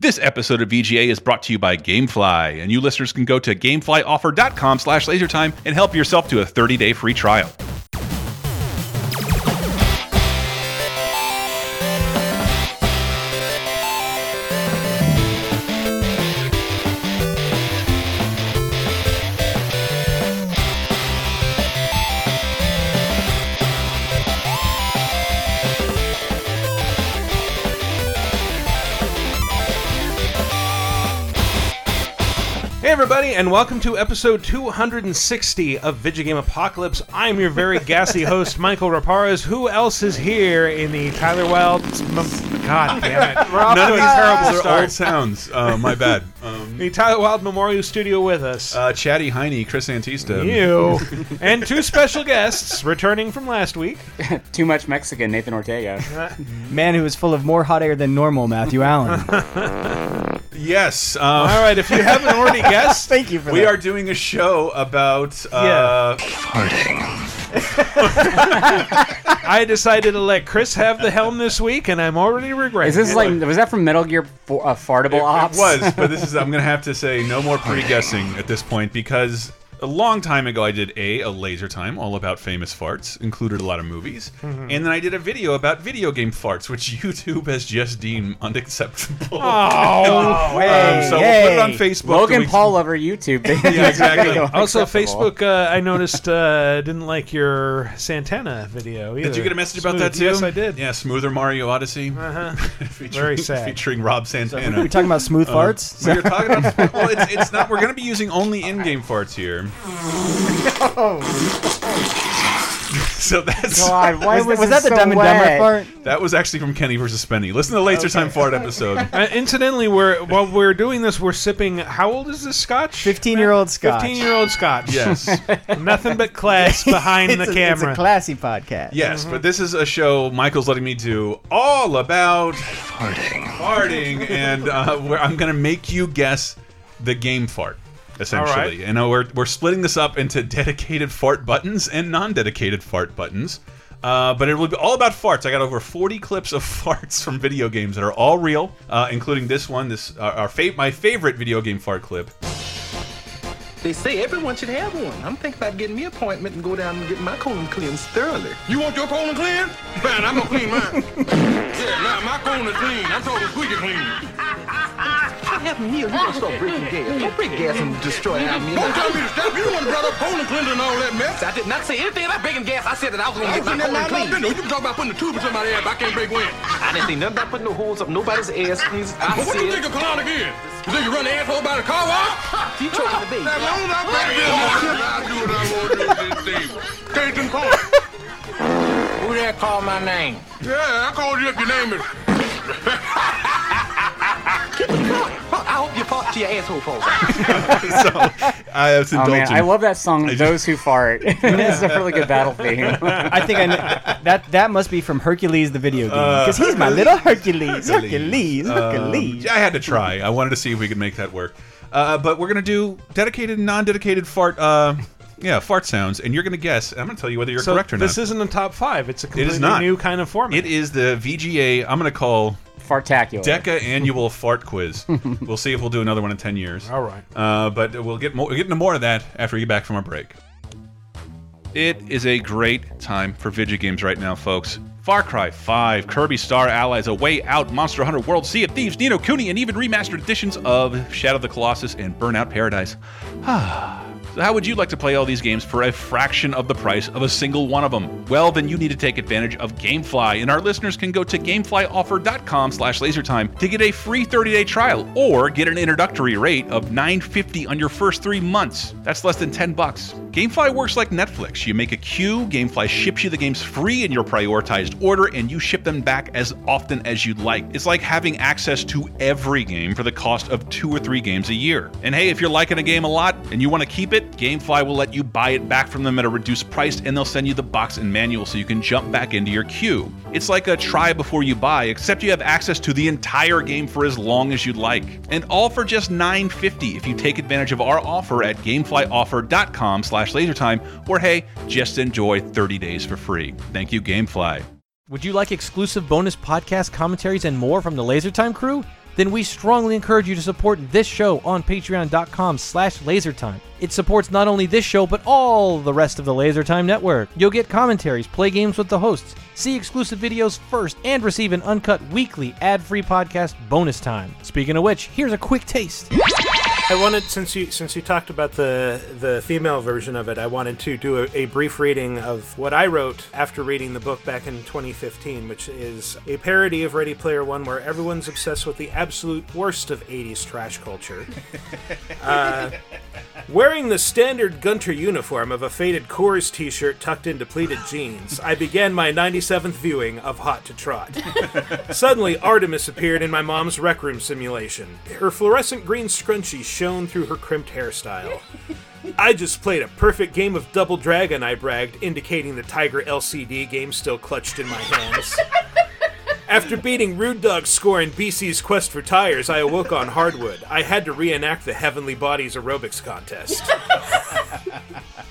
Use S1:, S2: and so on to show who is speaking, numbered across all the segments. S1: This episode of VGA is brought to you by GameFly, and you listeners can go to gameflyoffer.com slash lasertime and help yourself to a 30-day free trial.
S2: Hey everybody, and welcome to episode 260 of Video Game Apocalypse. I'm your very gassy host, Michael Raparez. Who else is here in the Tyler Wild? Mem- God damn it, we're off
S1: None
S2: to
S1: of
S2: a
S1: these terrible
S2: terrible
S1: Ah. are old
S2: start.
S1: sounds. Uh, my bad. Um,
S2: The Tyler Wild Memorial Studio with us.
S1: uh, Chatty Heine, Chris Antista.
S2: you and two special guests returning from last week.
S3: Too much Mexican, Nathan Ortega.
S4: Man who is full of more hot air than normal, Matthew Allen.
S1: Yes. Um,
S2: All right, if you haven't already guessed,
S4: Thank you for
S1: we
S4: that.
S1: are doing a show about... Uh,
S2: I decided to let Chris have the helm this week, and I'm already regretting.
S3: Is this
S2: it.
S3: like was that from Metal Gear for, uh, Fartable Ops?
S1: It was, Um, but this is I'm gonna have to say no more pre-guessing at this point because a long time ago I did a a laser time all about famous farts, included a lot of movies,
S2: Mm-hmm.
S1: and then I did a video about video game farts, which YouTube has just deemed unacceptable.
S2: Oh,
S1: Um, so we'll put it on
S4: hey.
S1: Facebook.
S3: Logan
S1: the weeks-
S3: Paul over YouTube.
S1: Yeah, exactly.
S2: Also,
S3: Acceptable.
S2: Facebook, uh, I noticed, uh, didn't like your Santana video either.
S1: Did you get a message about
S2: Smooth.
S1: that too?
S2: Yes, I did.
S1: Yeah, smoother Mario Odyssey.
S2: Uh-huh.
S1: featuring,
S2: Very sad.
S1: Featuring Rob
S4: We're
S1: Santana.
S4: talking about smooth
S1: Uh,
S4: farts.
S1: We were talking about. Well, it's, it's not. We're going to be using only in-game farts here. so that's
S3: God, why
S4: was,
S3: was,
S4: was
S3: it
S4: that the
S3: so
S4: Dumb and Dumber
S3: wet?
S4: fart?
S1: That was actually from Kenny versus Spenny. Listen to the Laser Time Fart episode.
S2: Uh, incidentally, we're while we're doing this, we're sipping. How old is this scotch?
S4: 15-year-old scotch.
S2: Fifteen-year-old scotch.
S1: Yes.
S2: Nothing but class behind the
S4: It's a- It's
S2: camera.
S4: a classy podcast.
S1: Yes, but this is a show Michael's letting me do all about farting. Farting, and uh, where I'm going to make you guess the game fart, essentially. And uh, we're, we're splitting this up into dedicated fart buttons and non dedicated fart buttons. Uh, but it will be all about farts. I got over 40 clips of farts from video games that are all real, uh, including this one, this uh, our fa my favorite video game fart clip.
S5: They say everyone should have one. I'm thinking about getting me an appointment and go down and get my colon cleansed thoroughly.
S6: You want your colon clean? Fine, I'm gonna clean mine. yeah, nah, my colon is clean. I told the squeaky clean.
S5: I have meals. You're gonna start breaking gas. Don't break gas and destroy our
S6: Don't
S5: meals.
S6: tell me to stop. You the one brought up colon cleanser and all that mess.
S5: I did not say anything about breaking gas. I said that I was gonna get
S6: I
S5: my
S6: was in there
S5: colon
S6: minding my
S5: clean.
S6: business. You can talk about putting a tube in somebody's ass, but I can't break wind.
S5: I didn't say nothing about putting no holes up nobody's ass. Please, I
S6: But what do you
S5: said
S6: think a colonic is? You think you run the asshole by the car wash?
S5: keep choking the baby.
S6: As long as I break business, I do what I want to do at this table. Case in point.
S5: Who there called my name?
S6: Yeah, I called you up. Your name is.
S5: I hope you fought to your asshole falls out.
S1: So I have to
S3: Oh man,
S1: indulge
S3: I
S1: in-
S3: love that song. Those who fart. it's a really good battle theme.
S4: I think I kn- that that must be from Hercules the video game
S2: Uh,
S4: because he's my little Hercules, Hercules,
S2: Um,
S4: Hercules.
S1: Um, I had to try. I wanted to see if we could make that work. Uh, but we're gonna do dedicated, and non-dedicated fart. Uh, yeah, fart sounds, and you're gonna guess. and I'm gonna tell you whether you're
S2: So
S1: correct or not.
S2: this isn't a top five. It's a completely
S1: not.
S2: new kind of format.
S1: it is the VGA. I'm gonna call
S3: Fartacular.
S1: Deca annual fart quiz. We'll see if we'll do another one in ten years.
S2: All right.
S1: Uh, but we'll get more, we'll get into more of that after we get back from our break. It is a great time for video games right now, folks. Far Cry 5, Kirby Star Allies, A Way Out, Monster Hunter World, Sea of Thieves, Nino Cooney, and even remastered editions of Shadow of the Colossus and Burnout Paradise. So how would you like to play all these games for a fraction of the price of a single one of them? Well, then you need to take advantage of GameFly, and our listeners can go to gameflyoffer.com slash lasertime to get a free 30-day trial or get an introductory rate of $9.50 on your first three months. That's less than 10 bucks. GameFly works like Netflix. You make a queue, GameFly ships you the games free in your prioritized order, and you ship them back as often as you'd like. It's like having access to every game for the cost of two or three games a year. And hey, if you're liking a game a lot and you want to keep it, GameFly will let you buy it back from them at a reduced price, and they'll send you the box and manual so you can jump back into your queue. It's like a try before you buy, except you have access to the entire game for as long as you'd like, and all for just $9.50 if you take advantage of our offer at GameFlyOffer.com/lasertime, or hey, just enjoy 30 days for free. Thank you, GameFly.
S7: Would you like exclusive bonus podcast commentaries and more from the Lasertime crew? then we strongly encourage you to support this show on patreon.com slash lasertime. It supports not only this show, but all the rest of the Lasertime Network. You'll get commentaries, play games with the hosts, see exclusive videos first, and receive an uncut weekly ad-free podcast bonus time. Speaking of which, here's a quick taste.
S8: I wanted since you since you talked about the the female version of it, I wanted to do a, a brief reading of what I wrote after reading the book back in 2015, which is a parody of Ready Player One, where everyone's obsessed with the absolute worst of 80s trash culture. Uh, Wearing the standard Gunter uniform of a faded Coors t shirt tucked into pleated jeans, I began my 97th viewing of Hot to Trot. Suddenly, Artemis appeared in my mom's rec room simulation. Her fluorescent green scrunchie shone through her crimped hairstyle. I just played a perfect game of Double Dragon, I bragged, indicating the Tiger LCD game still clutched in my hands. After beating Rude Dog's score in BC's Quest for Tires, I awoke on hardwood. I had to reenact the Heavenly Bodies aerobics contest.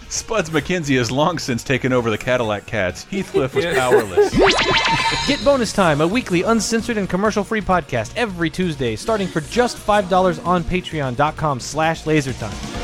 S1: Spuds McKenzie has long since taken over the Cadillac Cats. Heathcliff was powerless.
S7: Get Bonus Time, a weekly uncensored and commercial-free podcast every Tuesday, starting for just $5 on patreon.com slash lasertime.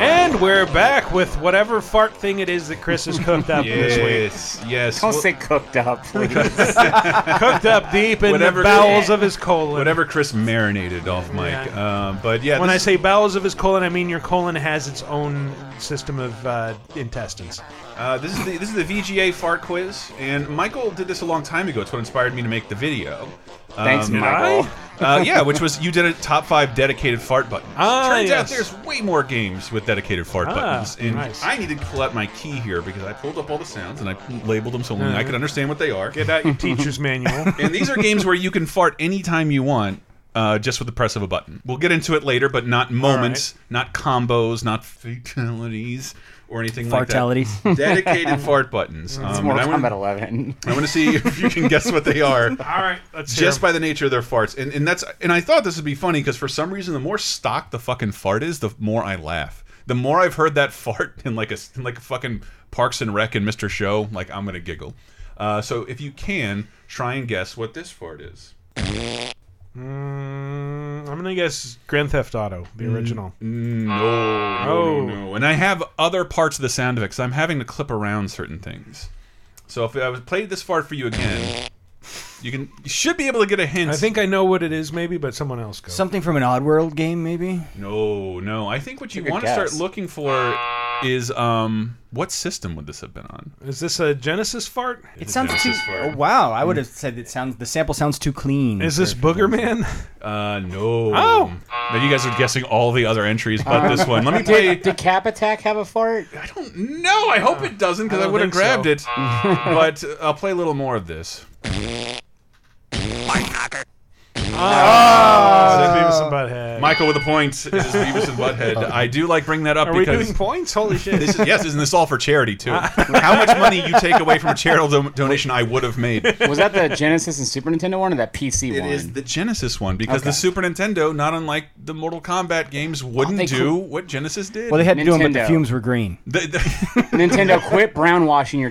S2: And we're back with whatever fart thing it is that Chris has cooked up this
S1: Yes,
S2: week.
S1: yes.
S3: Don't say cooked up, please.
S2: Cooked up deep in
S1: Whatever-
S2: the bowels of his colon.
S1: Whatever Chris marinated off mic. Um, but yeah,
S2: When I
S1: this-
S2: say bowels of his colon, I mean your colon has its own system of uh, intestines.
S1: Uh, this is the this is the VGA fart quiz, and Michael did this a long time ago. It's what inspired me to make the video. Um,
S3: Thanks,
S1: and
S3: Michael.
S1: I- uh, yeah, which was you did a top five dedicated fart buttons.
S2: Ah,
S1: Turns out
S2: yes.
S1: there's way more games with dedicated fart
S2: Ah,
S1: buttons, and
S2: nice.
S1: I needed to pull out my key here because I pulled up all the sounds and I labeled them so
S2: Uh-huh.
S1: I could understand what they are.
S2: Get out your teacher's manual.
S1: and these are games where you can fart anytime you want. Uh, just with the press of a button. We'll get into it later, but not moments, not combos, not fatalities, or anything like that
S4: Fartalities.
S1: dedicated fart buttons. Um,
S3: It's Mortal
S1: and I
S3: Kombat
S1: wanna-
S3: 11.
S1: I want to see if you can guess what they are
S2: All right, let's hear
S1: just
S2: 'em.
S1: by the nature of their farts. And and that's and I thought this would be funny because for some reason the more stock the fucking fart is, the more I laugh. The more I've heard that fart in like a in like a fucking Parks and Rec and Mr. Show, like I'm gonna giggle. Uh, so if you can, try and guess what this fart is.
S2: Mm, I'm gonna guess Grand Theft Auto, the original.
S1: Mm, No,
S2: Oh.
S1: no, no, no. And I have other parts of the sound of it because I'm having to clip around certain things. So if I was played this fart for you again, you can you should be able to get a hint.
S2: I think I know what it is, maybe, but someone else goes.
S4: Something from an Oddworld game, maybe.
S1: No, no. I think what you
S3: Good
S1: want to start
S3: guess.
S1: looking for is um what system would this have been on?
S2: Is this a Genesis fart?
S4: It sounds too.
S1: Genesis fart.
S4: Oh, wow, I would have said it sounds. The sample sounds too clean.
S2: Mm. Is this Booger Man?
S1: Uh no.
S2: Oh.
S1: Now you guys are guessing all the other entries but this one. Let me play
S3: Did, did Cap Attack have a fart?
S1: I don't know. I hope it doesn't because
S2: I
S1: I,
S2: don't
S1: would have
S2: think so.
S1: grabbed it. but uh, I'll play a little more of this.
S2: Beavis and Butthead.
S1: Michael with a point. It is Beavis and Butthead. I do like bringing that up
S2: Are we
S1: because
S2: doing points? Holy shit!
S1: this is, yes, isn't this all for charity too? How much money you take away from a charitable do- donation I would have made.
S3: Was that the Genesis and Super Nintendo one or that PC
S1: It
S3: one?
S1: is the Genesis one because the
S3: Okay.
S1: Super Nintendo, not unlike the Mortal Kombat games, wouldn't
S3: they
S1: do
S3: cou-
S1: what Genesis did.
S4: Well, they had to do them, but the
S3: Nintendo.
S4: fumes were green.
S1: The- the-
S3: Nintendo, quit brownwashing your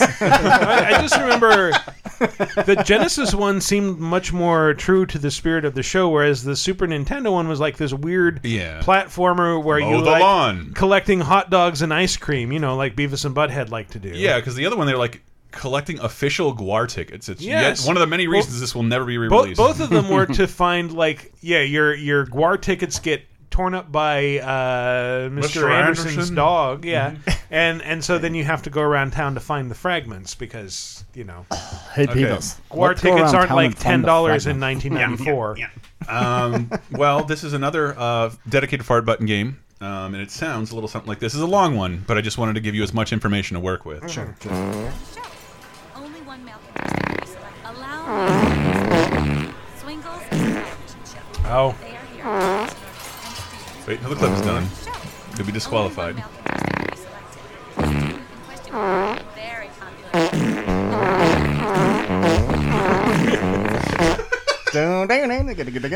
S2: I, I just remember the Genesis one seemed much more true to the spirit of the show, whereas the Super Nintendo one was like this weird
S1: Yeah.
S2: platformer where
S1: Mow
S2: you
S1: the
S2: like
S1: lawn.
S2: collecting hot dogs and ice cream, you know, like Beavis and Butthead like to do.
S1: yeah, because the other one they're like collecting official Guar tickets. It's
S2: Yes.
S1: yet one of the many
S2: Well,
S1: reasons this will never be
S2: Both,
S1: re-released.
S2: both of them were to find like yeah your your guar tickets get torn up by uh, Mr.
S1: Mr.
S2: Anderson's
S1: Anderson?
S2: dog yeah and and so then you have to go around town to find the fragments because you know
S4: Hey,
S1: Beatles.
S2: guar tickets aren't like ten dollars in 1994
S1: um, well, this is another uh, dedicated fart button game, um, and it sounds a little something like this. This is a long one, but I just wanted to give you as much information to work with. Sure.
S9: Only one male character. Allow Swingles is a television show.
S2: oh
S9: They are here. And Steve.
S1: Wait until the clip's done. You'll be disqualified.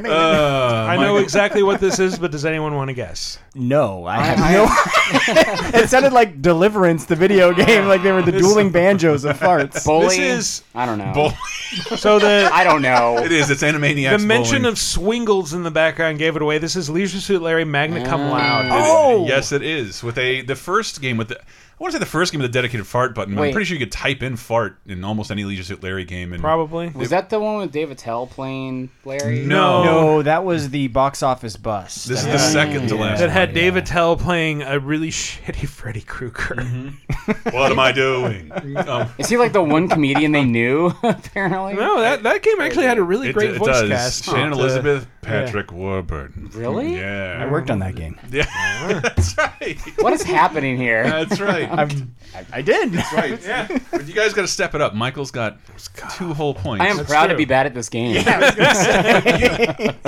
S2: Uh, I know exactly what this is, but does anyone want to guess?
S4: No, I have no. it sounded like Deliverance, the video game, like they were the dueling banjos of farts.
S3: Bully?
S2: This
S3: I don't know.
S1: Bull-
S2: is so the
S3: I don't know.
S1: it is. It's Animaniacs.
S2: the mention
S1: bowling.
S2: of swingles in the background gave it away. This is Leisure Suit Larry Magna Cum Loud.
S4: Oh,
S1: Yes, it is. With a the first game with the I want to say the first game with a dedicated fart button. but I'm
S3: Wait.
S1: pretty sure you could type in fart in almost any Leisure Suit Larry game. And
S2: Probably.
S3: Was that the one with David Tell playing Larry?
S1: no,
S4: No, that was the box office bust.
S1: this is the second to last.
S2: That
S1: one.
S2: had David Tell playing a really shitty Freddy Krueger.
S1: Mm-hmm. What am I doing? Um,
S3: Is he like the one comedian they knew? Apparently.
S2: No, that, that game actually had a really
S1: it,
S2: great
S1: it
S2: voice
S1: does.
S2: cast.
S1: Shannon
S2: Uh,
S1: Elizabeth, Patrick Warburton.
S3: Really?
S1: Yeah.
S4: I worked on that game.
S1: Yeah. That's right.
S3: What is happening here?
S1: That's right.
S4: I did.
S1: right. Yeah. But you guys got to step it up. Michael's got two whole points.
S3: I am proud
S2: true.
S3: to be bad at this game.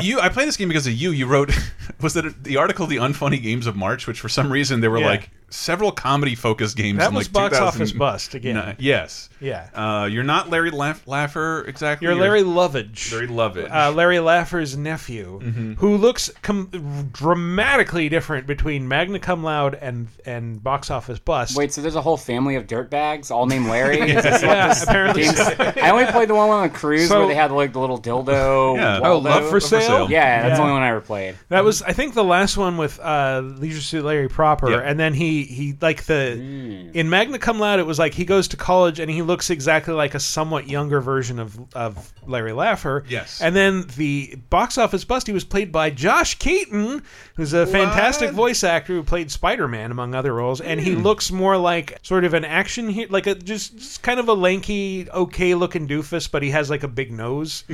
S1: you. I play this game because of you. You wrote was that the article "The Unfunny Games of March," which for some reason there were
S2: Yeah.
S1: like several comedy focused games.
S2: That
S1: in
S2: was
S1: like
S2: box
S1: 2000
S2: office bust again.
S1: No, yes.
S2: Yeah.
S1: Uh, you're not Larry Laff- Laffer exactly.
S2: You're Larry Lovage.
S1: Larry Lovett.
S2: uh, Larry Laffer's nephew,
S1: Mm-hmm.
S2: who looks com- dramatically different between Magna Cum Laude and and Box Office Bust.
S3: Wait, so there's a whole family of dirtbags all named Larry? Is this what
S2: yeah, apparently.
S3: game's- I only played the one on the cruise
S2: So-
S3: where they had like the little dildo.
S1: Yeah.
S3: Waldo.
S2: Oh, Love for Sale?
S3: Yeah, that's
S2: Yeah.
S3: the only one I ever played.
S2: That was, I think, the last one with uh, Leisure Suit Larry proper,
S1: Yeah.
S2: and then he he like the
S1: Mm.
S2: in Magna Cum Laude, it was like he goes to college and he looks exactly like a somewhat younger version of of Larry Laffer.
S1: Yes.
S2: and then the box office bust he was played by Josh Keaton, who's a fantastic
S1: What?
S2: voice actor who played Spider Man among other roles, and he
S1: Hmm.
S2: looks more like sort of an action hero, like a just, just kind of a lanky, okay looking doofus, but he has like a big nose.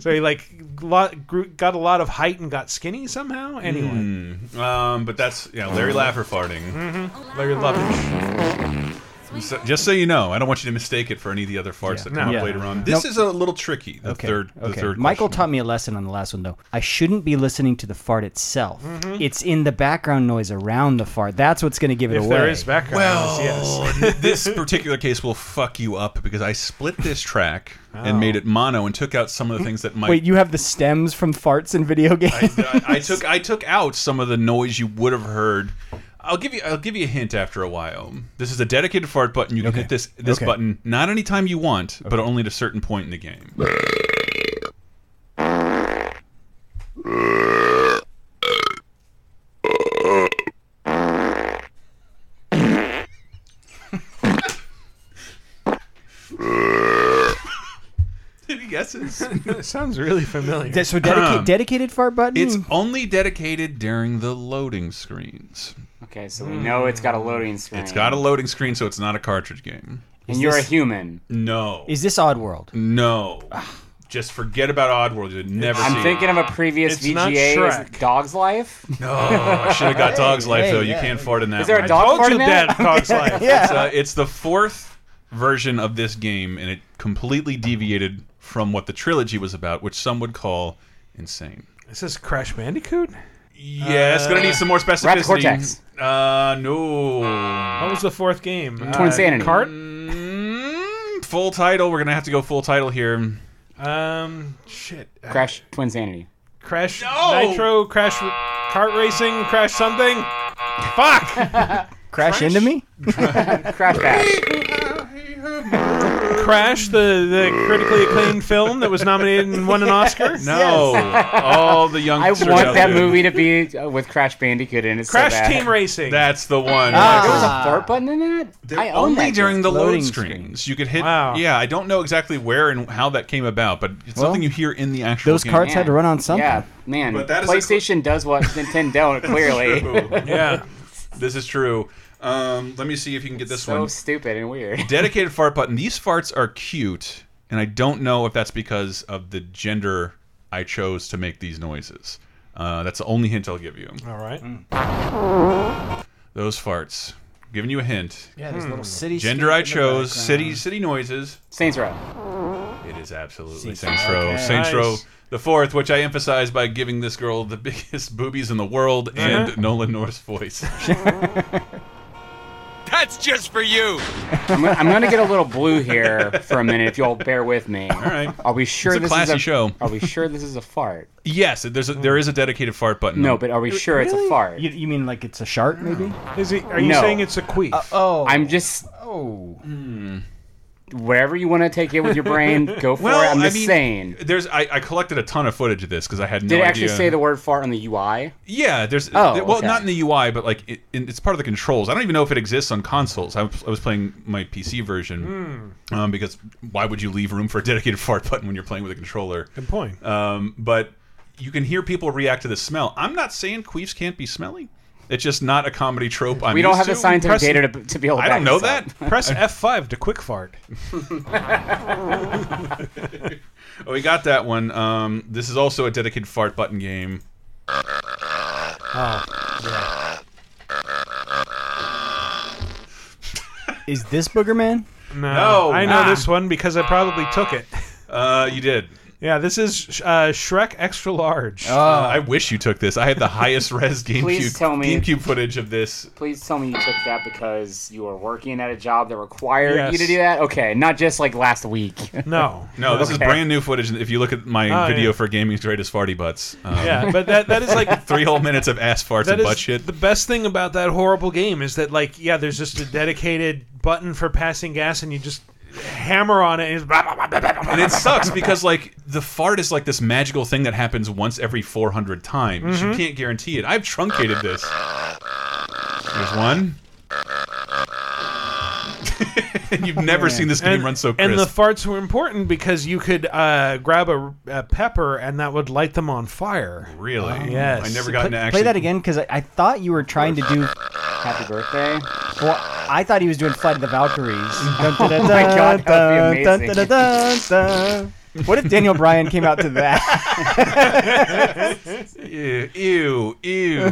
S2: So he like lot, grew, got a lot of height and got skinny somehow. Anyway,
S1: Um, but that's yeah, Larry Laffer farting.
S2: Larry Lovage.
S1: So, just so you know, I don't want you to mistake it for any of the other farts that come
S4: No.
S1: up
S4: Yeah.
S1: later on. This is a little tricky. The third, the
S4: okay.
S1: third.
S4: Michael
S1: question.
S4: taught me a lesson on the last one though. I shouldn't be listening to the fart itself. It's in the background noise around the fart. That's what's going to give it
S2: If
S4: away.
S2: there is background,
S1: Well,
S2: noise, yes.
S1: this particular case will fuck you up because I split this track and made it mono and took out some of the things that might.
S4: Oh. Wait, you have the stems from farts in video games.
S1: I, I took I took out some of the noise you would have heard. I'll give you I'll give you a hint after a while. This is a dedicated fart button. You can hit this this
S4: Okay.
S1: button not anytime you want, but only at a certain point in the game. Any guesses?
S2: It sounds really familiar.
S4: so dedica- dedicated fart button.
S1: It's
S3: Hmm.
S1: only dedicated during the loading screens.
S3: Okay, so we know it's got a loading screen.
S1: It's got a loading screen, so it's not a cartridge game.
S3: And you're
S4: this-
S3: a human.
S1: No.
S4: is this Odd World?
S1: Mm. no. Just forget about Oddworld. You'd never see
S3: Ah. I'm
S1: it.
S3: thinking of a previous
S2: It's not
S3: VGA. Is
S2: Shrek.
S3: it Dog's Life?
S1: No, I should have got Dog's Life,
S4: hey,
S1: though. You
S4: yeah.
S1: can't fart in that
S3: Is there a
S1: one.
S3: dog
S2: Told
S3: part
S2: you
S3: in that?
S2: that dog's life.
S1: It's, uh, it's the fourth version of this game, and it completely deviated from what the trilogy was about, which some would call insane.
S2: This is Crash Bandicoot.
S1: Yeah, it's going to need some more specificity.
S3: Cortex. Uh.
S1: Uh, no.
S2: What was the fourth game? Twin
S3: Sanity.
S2: Uh, Cart.
S1: Mm, full title. We're going to have to go full title here.
S2: Um, shit. Uh,
S3: Crash Twin Sanity.
S2: Crash
S1: No!
S2: Nitro. Crash r- Kart Racing. Crash something. Fuck.
S4: Crash, into me?
S3: Crash Bash.
S2: Crash, the, the critically acclaimed film that was nominated and won an Oscar.
S1: No, all the young.
S3: I want that movie to be uh, with Crash Bandicoot in it. so
S2: Crash
S3: bad.
S2: Team Racing.
S1: That's the one.
S3: There was a fart button in that. Ah. I own
S1: only
S3: that.
S1: during the
S4: Loading
S1: load
S4: screen.
S1: screens. You could hit.
S2: Wow.
S1: Yeah, I don't know exactly where and how that came about, but it's
S4: Well,
S1: something you hear in the actual.
S4: Those
S1: game.
S4: carts had to run on something.
S3: Yeah, man.
S1: But that is a cl-
S3: PlayStation does what Nintendo don't, clearly.
S2: yeah.
S1: This is true. Um, let me see if you can get this
S3: so
S1: one.
S3: stupid and weird.
S1: Dedicated fart button. These farts are cute, and I don't know if that's because of the gender I chose to make these noises. Uh, that's the only hint I'll give you.
S2: All right.
S1: Those farts. Giving you a hint.
S4: Hmm. yeah there's little city.
S1: Gender I chose. City city noises.
S3: Saints Row.
S1: It is absolutely
S4: Saints
S1: Saints Row. Saints Row the fourth, which I emphasize by giving this girl the biggest boobies in the world
S2: Uh-huh.
S1: and Nolan North's voice.
S6: That's just for you.
S3: I'm, gonna- I'm gonna get a little blue here for a minute if you'll bear with me. All
S1: right.
S3: Are we sure
S1: It's a
S3: this
S1: classy
S3: is a
S1: show.
S3: Are we sure this is a fart?
S1: yes, there's a, there is a dedicated fart button.
S3: No, but are we sure it's a fart?
S4: You, you mean like it's a shark, maybe?
S2: Is it? Are you
S3: No.
S2: saying it's a queef?
S4: Oh,
S3: I'm just
S4: oh.
S1: Hmm.
S3: whatever you want to take it with your brain, go for
S1: well,
S3: it. I'm
S1: I
S3: just
S1: mean,
S3: saying.
S1: there's I, I collected a ton of footage of this because I had no
S3: Did it
S1: idea.
S3: actually say the word fart on the UI?
S1: Yeah, there's.
S3: Oh,
S1: there- well,
S3: okay.
S1: not in the UI, but like it, in, it's part of the controls. I don't even know if it exists on consoles. I was, I was playing my PC version
S2: Hmm.
S1: um, because why would you leave room for a dedicated fart button when you're playing with a controller?
S2: Good point.
S1: Um, but you can hear people react to the smell. I'm not saying queefs can't be smelly. It's just not a comedy trope. I'm
S3: We don't
S1: used
S3: have the
S1: to.
S3: scientific
S2: press-
S3: data to, to be able to
S1: I
S3: back
S1: don't know
S3: this up.
S1: that.
S2: Press F5 to quick fart.
S1: Oh, we got that one. Um, this is also a dedicated fart button game.
S4: Is this Booger Man?
S2: No,
S1: No.
S2: I know
S1: Ah.
S2: this one because I probably took it.
S1: Uh, you did.
S2: Yeah, this is uh, Shrek extra large.
S1: Uh, I wish you took this. I had the highest res GameCube
S3: tell me.
S1: GameCube footage of this.
S3: Please tell me you took that because you were working at a job that required
S2: Yes.
S3: you to do that. Okay, not just like last week.
S2: no.
S1: No, this
S3: Okay.
S1: is brand new footage. If you look at my
S2: Oh,
S1: video
S2: yeah.
S1: for gaming's greatest farty butts, um,
S2: Yeah, but that that is like
S1: three whole minutes of ass farts
S2: that
S1: and butt
S2: is
S1: shit.
S2: the best thing about that horrible game is that like yeah, there's just a dedicated button for passing gas and you just hammer on it and it's blah, blah, blah, blah, blah, blah.
S1: and it sucks because like the fart is like this magical thing that happens once every 400 times.
S2: Mm-hmm.
S1: You can't guarantee it. I've truncated this. There's one. You've never seen this game
S2: and,
S1: run so crisp.
S2: and the farts were important because you could uh, grab a, a pepper and that would light them on fire.
S1: really?
S2: yes.
S1: I never got
S4: play,
S1: into actually.
S4: play that again, because I, I thought you were trying to do.
S3: Happy birthday.
S4: Well, I thought he was doing Flight of the Valkyries. oh
S3: my God, that would be amazing.
S4: What if Daniel Bryan came out to that?
S1: Ew, ew, ew, ew.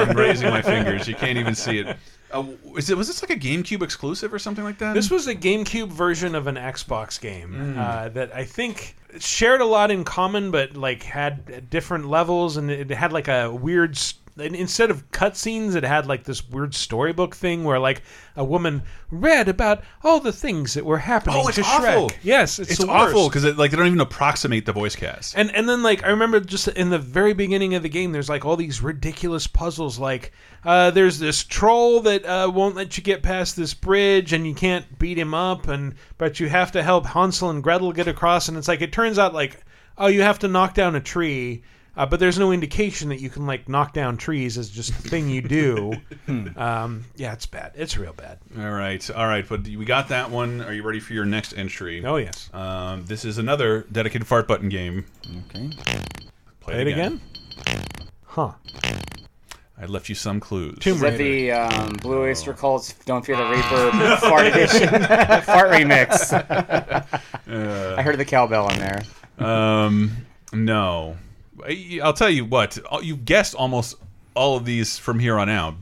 S1: I'm raising my fingers. You can't even see it. Uh, is it was this like a GameCube exclusive or something like that?
S2: This was a GameCube version of an Xbox game
S1: Mm.
S2: uh, that I think shared a lot in common, but like had different levels, and it had like a weird. s- and Instead of cutscenes, it had like this weird storybook thing where like a woman read about all the things that were happening
S1: Oh, it's
S2: to
S1: awful.
S2: Shrek. Yes, it's,
S1: it's
S2: the
S1: awful
S2: worst.
S1: because like they don't even approximate the voice cast.
S2: And and then like I remember just in the very beginning of the game, there's like all these ridiculous puzzles. Like uh, there's this troll that uh, won't let you get past this bridge, and you can't beat him up, and but you have to help Hansel and Gretel get across. And it's like it turns out like oh you have to knock down a tree. Uh, but there's no indication that you can like knock down trees as just a thing you do. um, yeah, it's bad. It's real bad.
S1: All right, all right, but we got that one. Are you ready for your next entry?
S2: Oh yes.
S1: Um, this is another dedicated fart button game.
S4: Okay.
S1: Play,
S2: Play it again. Huh.
S1: I left you some clues.
S3: Is that the um, Blue Oyster Cult's "Don't Fear the Reaper" fart edition, fart remix?
S1: Uh.
S3: I heard the cowbell in there.
S1: Um, no, I- I'll tell you what. all- You guessed almost all of these from here on out.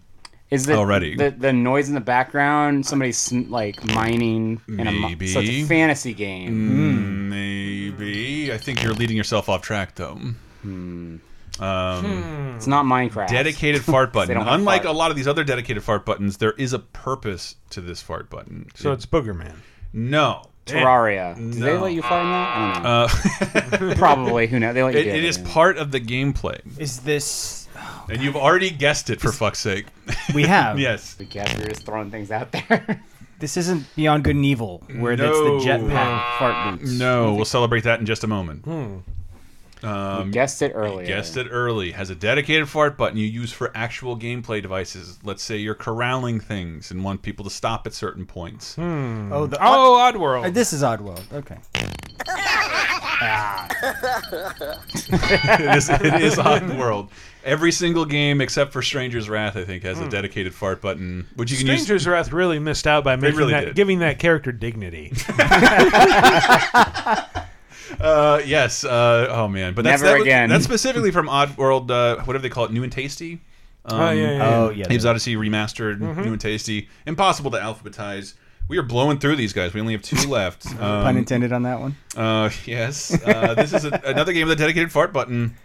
S3: Is the,
S1: Already.
S3: the the noise in the background? Somebody's sm- like mining. In a mi- so it's
S1: Maybe.
S3: a fantasy game.
S1: Maybe I think you're leading yourself off track though.
S3: It's not Minecraft.
S1: Mm. Dedicated fart button.
S3: don't have
S1: Unlike
S3: fart.
S1: a lot of these other dedicated fart buttons, there is a purpose to this fart button.
S2: So it's Booger Man.
S1: no.
S3: Terraria. Do they
S1: No. Uh,
S3: let you fart in that? I don't know. Probably. Who knows? They let you
S1: It,
S3: do
S1: it is
S3: yeah.
S1: part of the gameplay,
S4: Is this.
S1: and you've already guessed it for fuck's sake.
S4: We have.
S1: yes.
S3: The cats are just throwing things out there.
S4: This isn't Beyond Good and Evil, where that's the
S1: No.
S4: jetpack fart boots.
S1: No, we'll celebrate that in just a moment.
S3: guessed it earlier.
S1: Um, Guessed it early. Has a dedicated fart button you use for actual gameplay devices. Let's say you're corralling things and want people to stop at certain points.
S4: Oh, the,
S2: Oh, Oddworld.
S4: Uh, This is Oddworld. Okay.
S1: it is, it is odd world. Every single game except for Stranger's Wrath, I think, has a dedicated fart button, which you can use.
S2: Stranger's Wrath really missed out by making
S1: really
S2: that,
S1: did.
S2: giving that character dignity.
S1: Uh, yes. Uh, oh man, but that's,
S3: Never
S1: that was-
S3: again.
S1: that's specifically from Oddworld. Uh, whatever they call it, New and Tasty. Um,
S2: oh yeah, yeah, yeah.
S4: Oh, yeah.
S1: Abe's Odyssey remastered, New and Tasty. Impossible to alphabetize. We are blowing through these guys. We only have two left. Um,
S4: Pun intended on that one.
S1: Uh, yes. Uh, this is a, another game with a dedicated fart button.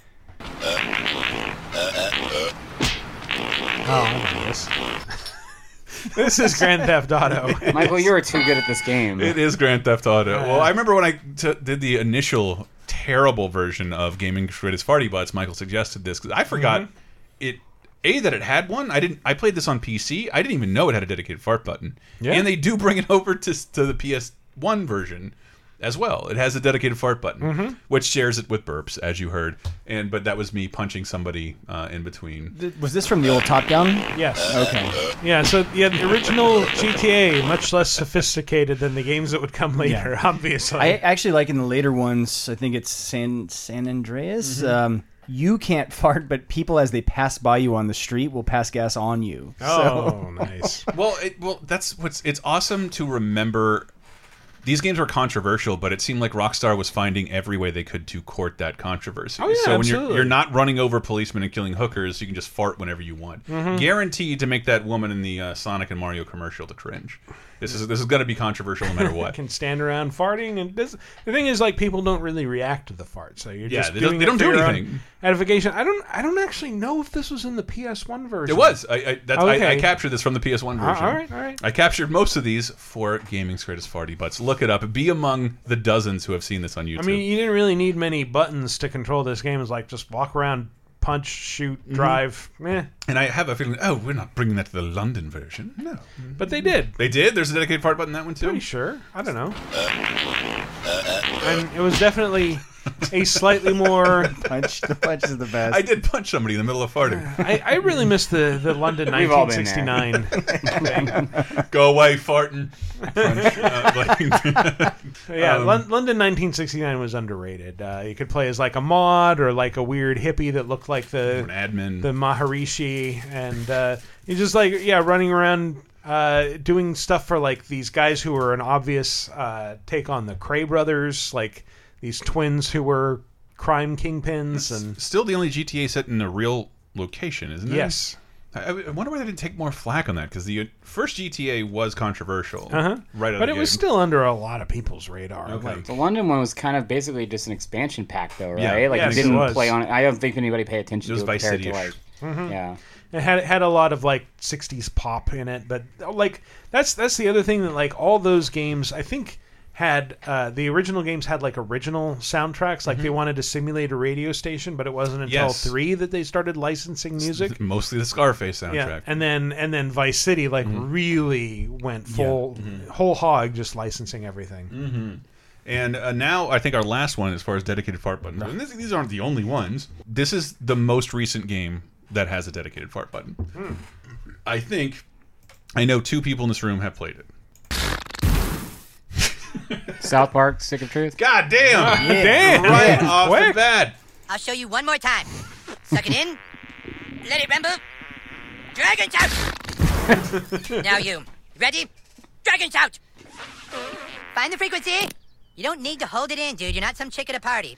S2: This is Grand Theft Auto.
S3: Michael, you are too good at this game.
S1: It is Grand Theft Auto. Well, I remember when I t did the initial terrible version of Gaming Shredder's Farty Butts. Michael suggested this because I forgot it. A that it had one. I didn't. I played this on PC. I didn't even know it had a dedicated fart button.
S2: Yeah.
S1: And they do bring it over to s- to the PS1 version as well. It has a dedicated fart button, which shares it with burps, as you heard. And but that was me punching somebody uh, in between.
S4: Was this from the old Top Down?
S2: yes.
S4: Okay.
S2: Yeah, so yeah, the original GTA, much less sophisticated than the games that would come later, obviously.
S4: I actually like in the later ones. I think it's San San Andreas. Um, you can't fart, but people as they pass by you on the street will pass gas on you.
S2: oh, nice.
S1: Well, it, well, that's what's. It's awesome to remember. These games were controversial, but it seemed like Rockstar was finding every way they could to court that controversy.
S2: Oh, yeah,
S1: so when
S2: absolutely.
S1: you're you're not running over policemen and killing hookers, you can just fart whenever you want.
S2: Mm-hmm.
S1: Guaranteed to make that woman in the uh, Sonic and Mario commercial to cringe. This is this is going to be controversial no matter what.
S2: Can stand around farting, and this, the thing is, like, people don't really react to the fart, so you're
S1: Yeah,
S2: just
S1: they don't-
S2: doing
S1: they
S2: it
S1: don't do
S2: for your own
S1: anything.
S2: Edification. I don't. I don't actually know if this was in the PS1 version.
S1: It was. I, I, that's, I, I
S2: Okay.
S1: captured this from the PS1 version.
S2: all right, all right.
S1: I captured most of these for Gaming's Greatest Farty Butts. Look it up. Be among the dozens who have seen this on YouTube.
S2: I mean, you didn't really need many buttons to control this game. It's like just walk around, punch, shoot,
S1: Mm-hmm.
S2: drive. Meh.
S1: and I have a feeling, oh, we're not bringing that to the London version. No.
S2: But they did.
S1: They did. There's a dedicated fart button in that one too.
S2: Pretty sure. I don't know. And it was definitely a slightly more.
S4: Punch the punch is the best.
S1: I did punch somebody in the middle of farting.
S2: I, I really miss the, the London
S3: We've all been there.
S2: 1969.
S1: Go away, farting. Punch, uh, like-
S2: yeah,
S3: Um,
S2: Lon- London 1969 was underrated. Uh, you could play as like a mod or like a weird hippie that looked like
S1: an
S2: the
S1: admin.
S2: the Maharishi, and uh, you're just like yeah, running around. Uh, doing stuff for like these guys who were an obvious uh, take on the Cray brothers, like these twins who were crime kingpins, and
S1: Still the only GTA set in a real location, isn't it?
S2: yes,
S1: I, I wonder why they didn't take more flack on that because the uh, first GTA was controversial.
S2: Uh-huh.
S1: Right out of
S2: but
S1: the
S2: it was
S1: gate.
S2: still under a lot of people's radar.
S1: Okay.
S2: Like,
S3: The London one was kind of basically just an expansion pack, though, right?
S1: Yeah.
S3: Like
S2: Yes,
S3: you
S2: it
S3: didn't
S2: was.
S3: play on it. I don't think anybody paid attention
S1: It was
S3: to
S1: Vice
S3: it compared to like,
S1: City-ish. Mm-hmm.
S3: yeah.
S2: it had it had a lot of like '60s pop in it, but like that's that's the other thing that like all those games I think had uh, the original games had like original soundtracks. Like they wanted to simulate a radio station, but it wasn't until
S1: Mm-hmm. Yes.
S2: three that they started licensing music.
S1: mostly the Scarface soundtrack. Mm-hmm.
S2: Yeah, and then and then Vice City like really went full whole hog, just licensing everything.
S1: And uh, now I think our last one, as far as dedicated fart buttons, and this, these aren't the only ones. This is the most recent game that has a dedicated fart button.
S2: Hmm.
S1: I think I know two people in this room have played it.
S3: South Park, Stick of Truth.
S1: God damn!
S2: Damn,
S1: Right off the
S2: Quick.
S1: bat.
S9: I'll show you one more time. Suck it in. Let it rumble. Dragon shout. now you. Ready? Dragon shout. Find the frequency. You don't need to hold it in, dude. You're not some chick at a party.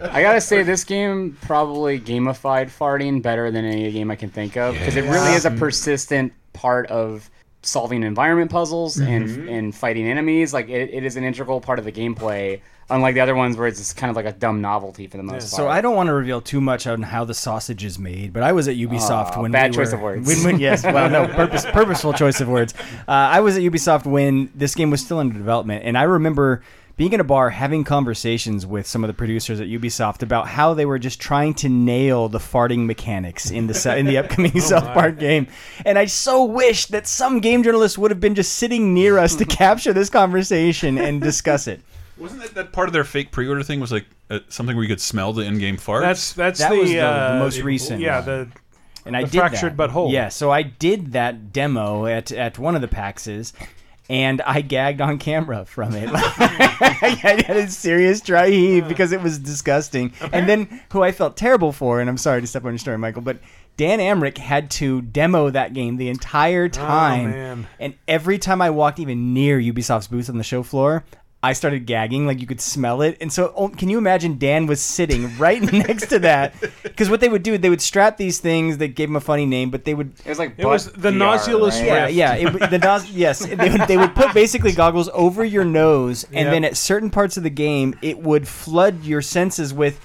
S3: I gotta say, this game probably gamified farting better than any game I can think of because it really is a persistent part of solving environment puzzles
S2: Mm-hmm.
S3: and and fighting enemies. Like it, it is an integral part of the gameplay, unlike the other ones where it's just kind of like a dumb novelty for the most part.
S4: So I don't want to reveal too much on how the sausage is made, but I was at Ubisoft
S3: Aw,
S4: when
S3: Ah, bad
S4: we
S3: choice
S4: were-
S3: of words.
S4: When, when, yes, well, no, purpose, purposeful choice of words. Uh, I was at Ubisoft when this game was still under development, and I remember being in a bar having conversations with some of the producers at Ubisoft about how they were just trying to nail the farting mechanics in the se- in the upcoming
S3: Oh,
S4: South Park game. And I so wish that some game journalist would have been just sitting near us to capture this conversation and discuss it.
S1: Wasn't that, that part of their fake pre-order thing was like uh, something where you could smell the in-game fart?
S2: That's that's
S4: That
S2: the,
S4: was the- the
S2: uh,
S4: most recent
S2: Yeah,
S4: one.
S2: the
S4: and I
S2: The
S4: did
S2: fractured
S4: that.
S2: but whole.
S4: Yeah, so I did that demo at at one of the Paxes, and I gagged on camera from it. I had a serious dry
S2: Uh.
S4: heave because it was disgusting. And then who I felt terrible for, and I'm sorry to step on your story, Michael, but Dan Amrick had to demo that game the entire time,
S2: Oh, man.
S4: and every time I walked even near Ubisoft's booth on the show floor. I started gagging, like you could smell it. And so, oh, can you imagine Dan was sitting right next to that? Because what they would do, they would strap these things. They gave them a funny name, but they would uh,
S3: It was like
S2: It was
S3: butt
S2: the
S3: VR,
S2: Nauseous
S3: right?
S4: yeah, yeah. It, w- the nos- yes, they would, they would put basically goggles over your nose, and
S2: Yep.
S4: then at certain parts of the game, it would flood your senses with.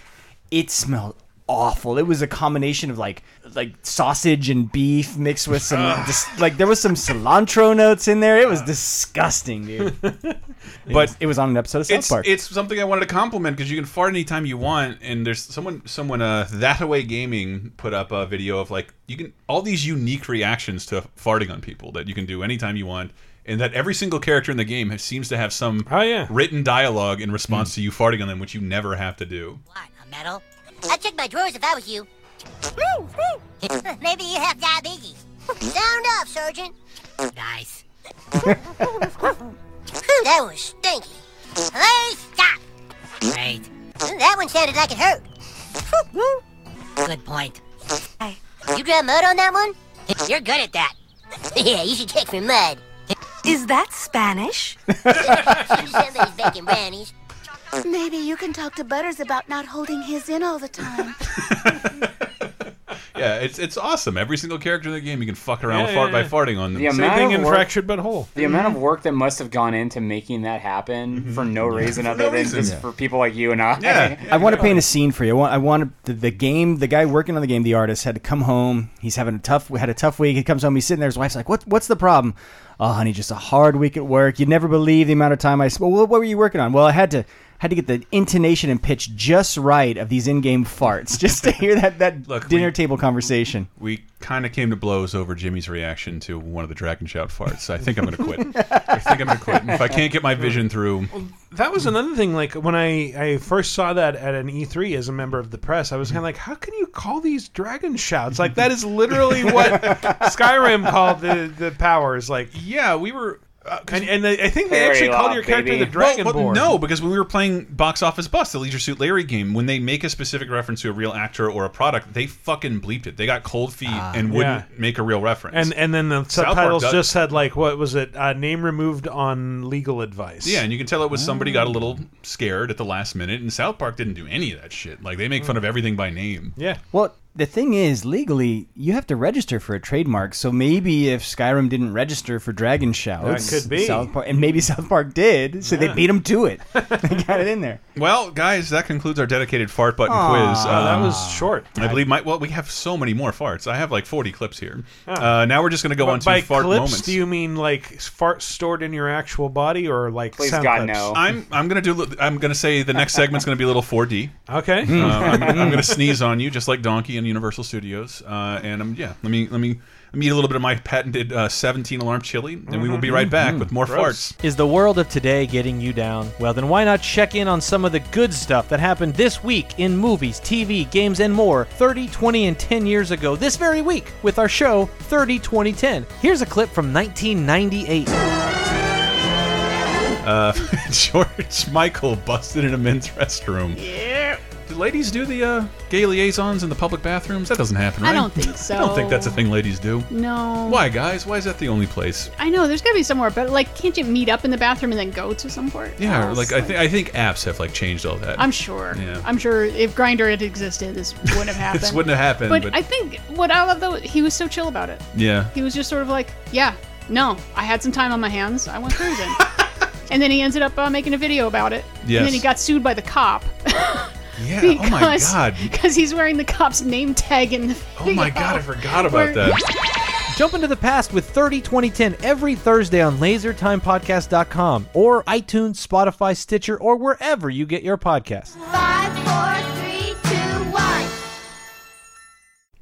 S4: It smelled awful. It was a combination of like like sausage and beef mixed with some dis- like there was some cilantro notes in there. It was disgusting, dude.
S1: But
S4: It was on an episode of South
S1: it's
S4: Park.
S1: it's something I wanted to compliment because you can fart anytime you want. And there's someone someone uh that away gaming put up a video of like you can all these unique reactions to farting on people that you can do anytime you want. And that every single character in the game has, seems to have some
S2: Oh, yeah. Hmm.
S1: written dialogue in response to you farting on them, which you never have to do.
S9: What, a metal? I'd check my drawers if I was you. Maybe you have diabetes. Sound off, Sergeant. Nice. that was stinky. Please stop. Great. That one sounded like it hurt. Good point. You draw mud on that one? You're good at that. yeah, you should check for mud.
S10: Is that Spanish?
S9: Somebody's baking brownies.
S10: Maybe you can talk to Butters about not holding his in all the time.
S1: Yeah, it's it's awesome. Every single character in the game you can fuck around
S2: Yeah,
S1: with
S2: yeah,
S1: fart by
S2: yeah.
S1: farting on them.
S3: The
S2: Same
S3: amount
S2: thing
S3: of
S2: in
S3: work-
S2: Fractured But Whole.
S3: The amount of work that must have gone into making that happen
S2: Mm-hmm.
S3: for no reason other than
S1: reason.
S3: just
S1: Yeah.
S3: for people like you and I.
S1: Yeah.
S4: I want to paint a scene for you. I want, I want the, the game. The guy working on the game, the artist, had to come home. He's having a tough, had a tough week. He comes home. He's sitting there. His wife's like, "What? What's the problem? Oh, honey, just a hard week at work. You'd never believe the amount of time I. Sp- well, what were you working on? Well, I had to, had to get the intonation and pitch just right of these in-game farts, just to hear that that
S1: Look,
S4: dinner
S1: we-
S4: table conversation.
S1: we kind of came to blows over Jimmy's reaction to one of the Dragon Shout farts. I think I'm going to quit. I think I'm going to quit. If I can't get my vision through,
S2: That was another thing. Like when I, I first saw that at an E3 as a member of the press, I was kind of like, how can you call these dragon shouts? Like that is literally what Skyrim called the, the powers. Like,
S1: yeah, we were. Uh, 'cause-
S2: and, and I think they
S3: Very
S2: actually called
S3: loud,
S2: your character
S3: baby.
S2: the Dragonborn.
S1: well, well, no, because when we were playing Box Office Bus, the Leisure Suit Larry game, when they make a specific reference to a real actor or a product, they fucking bleeped it. They got cold feet and wouldn't
S2: Ah, Yeah.
S1: make a real reference.
S2: And and then the
S1: Park
S2: subtitles
S1: does.
S2: just said like, what was it? Uh, name removed on legal advice.
S1: Yeah, and you can tell it was somebody got a
S2: Oh.
S1: little scared at the last minute, and South Park didn't do any of that shit. Like they make fun of everything by name.
S2: Mm. yeah.
S4: Well, the thing is, legally, you have to register for a trademark. So maybe if Skyrim didn't register for Dragon Shouts,
S2: could be.
S4: South Park, and maybe South Park did, so they beat them to it. they got it in there.
S1: Well, Oh, guys, that concludes our dedicated fart button quiz.
S2: Uh, that
S1: Um,
S2: was
S3: Ah.
S2: short.
S1: I believe my well, we have so many more farts. I have like forty clips here. Uh, now we're just gonna go on to
S2: By
S1: fart
S2: clips,
S1: moments.
S2: do you mean like farts stored in your actual body or like
S3: Please
S2: sound
S3: God
S2: clips?
S3: no.
S1: I'm I'm gonna do. li- I'm gonna say the next segment's gonna be a little 4D.
S2: Okay.
S1: Uh, I'm, I'm gonna sneeze on you just like Donkey and Universal Studios. Uh, and I'm yeah. Let me let me let me eat a little bit of my patented uh, 17 alarm chili, and we will be right back with more farts.
S7: Is the world of today getting you down? Well, then why not check in on some of the good stuff that happened this week in movies, TV, games, and more 30, 20, and 10 years ago this very week with our show 30, 20, 10. Here's a clip from 1998.
S1: George Michael busted in a men's restroom. Yeah. Do ladies do the uh, gay liaisons in the public bathrooms? That doesn't happen, right?
S11: I don't think so.
S1: I don't think that's a thing ladies do.
S11: No.
S1: Why, guys? Why is that the only place?
S11: I know. There's got to be somewhere better. Like, can't you meet up in the bathroom and then go to somewhere?
S1: Yeah,
S11: else?
S1: like I think I think apps have like changed all that.
S11: I'm sure.
S1: Yeah.
S11: I'm sure if Grinder had existed, this wouldn't have happened.
S1: this wouldn't have happened,
S11: but,
S1: but,
S11: I think what I love though, he was so chill about it.
S1: yeah.
S11: He was just sort of like, yeah, no, I had some time on my hands. I went cruising. and then he ended up uh, making a video about it. And
S1: Yes.
S11: then he got sued by the cop.
S1: Yeah.
S11: because,
S1: oh my god.
S11: Because he's wearing the cop's name tag in the
S1: Oh my
S11: video.
S1: god, I forgot
S11: Where-
S1: about that.
S7: Jump into the past with 30, 20, 10 every Thursday on lasertimepodcast.com or iTunes, Spotify, Stitcher, or wherever you get your podcasts.
S10: Five, four, three, two, one.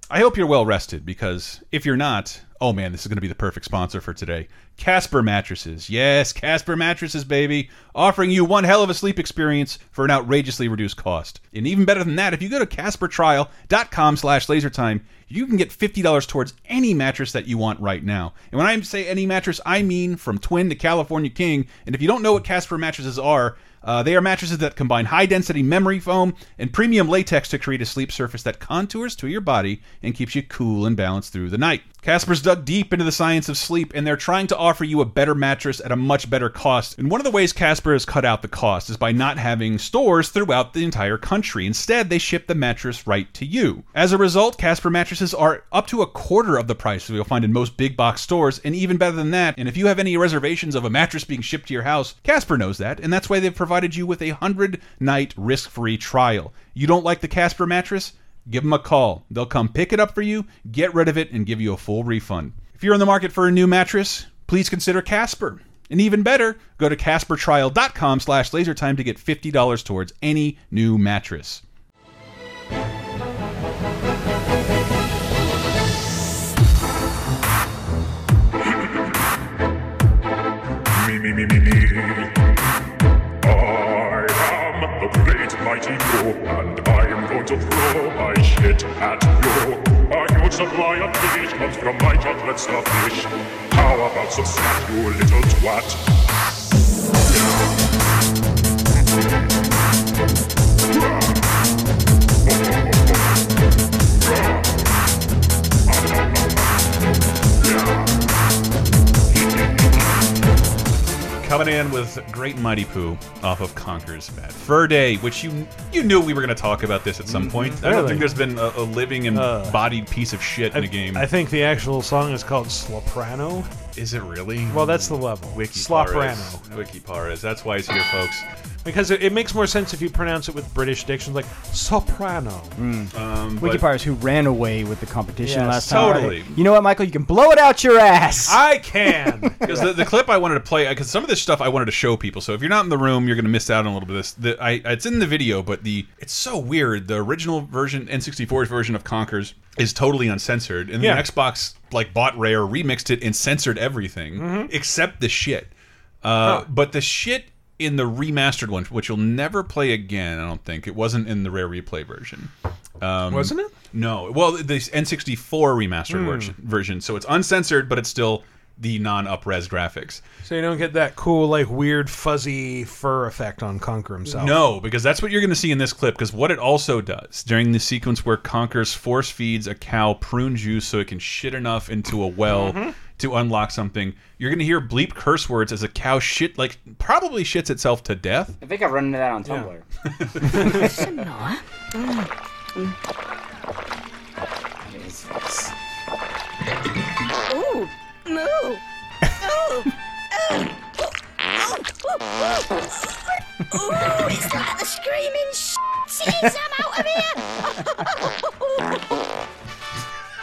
S1: I hope you're well rested because if you're not, oh man, this is going to be the perfect sponsor for today. Casper Mattresses. Yes, Casper Mattresses, baby. Offering you one hell of a sleep experience for an outrageously reduced cost. And even better than that, if you go to caspertrial.com slash lasertime, you can get $50 towards any mattress that you want right now. And when I say any mattress, I mean from twin to California king. And if you don't know what Casper mattresses are, uh, they are mattresses that combine high density memory foam and premium latex to create a sleep surface that contours to your body and keeps you cool and balanced through the night. Casper's dug deep into the science of sleep, and they're trying to offer you a better mattress at a much better cost. And one of the ways Casper has cut out the cost is by not having stores throughout the entire country. Instead, they ship the mattress right to you. As a result, Casper mattresses are up to a quarter of the price that you'll find in most big box stores, and even better than that. And if you have any reservations of a mattress being shipped to your house, Casper knows that, and that's why they've provided you with a 100 night risk free trial. You don't like the Casper mattress? Give them a call. They'll come pick it up for you, get rid of it, and give you a full refund. If you're in the market for a new mattress, please consider Casper. And even better, go to CasperTrial.com slash lasertime to get $50 towards any new mattress.
S12: Me, me, me, me, me. I am the great mighty Thor, and I am going to throw my shit at you. A huge supply of fish comes from my chocolate starfish. How about some snack, you little twat?
S1: Coming in with Great Mighty Poo off of Conker's Bad Fur Day, which you you knew we were going to talk about this at some point. I don't
S2: Mm-hmm. Really?
S1: think there's been a, a living and
S2: Uh,
S1: bodied piece of shit in a game.
S2: I think the actual song is called Sloprano.
S1: Is it really?
S2: Well, that's the level. Wiki Sloprano.
S1: Wiki Paras. That's why he's here, folks.
S2: Because it, it makes more sense if you pronounce it with British dictions, like soprano.
S1: Um,
S2: but-
S4: Wikipars, who ran away with the competition
S2: Yes,
S4: last time.
S1: totally.
S4: You know what, Michael? You can blow it out your ass.
S2: I can.
S1: Because the, the clip I wanted to play, because some of this stuff I wanted to show people. So if you're not in the room, you're going to miss out on a little bit of this. The, I, it's in the video, but the it's so weird. The original version, N64's version of Conkers, is totally uncensored, and
S2: Yeah.
S1: then Xbox like bought Rare, remixed it, and censored everything
S2: Mhm.
S1: except the shit. Uh, But the shit in the remastered one, which you'll never play again, I don't think. It wasn't in the Rare Replay version. Um,
S2: Wasn't it?
S1: No. Well, the N64 remastered
S2: Hmm.
S1: version, version. So it's uncensored, but it's still the non-upres graphics.
S2: So you don't get that cool, like weird fuzzy fur effect on Conquer himself.
S1: No, because that's what you're going to see in this clip. Because what it also does during the sequence where Conker's force feeds a cow prune juice so it can shit enough into a well
S2: Mhm.
S1: to unlock something, you're going to hear bleep curse words as a cow shit, like probably shits itself to death.
S3: I think I've run into that on Tumblr.
S10: Ooh, moo. Ooh, ooh, is that the screaming sh? Jeez, I'm out of here.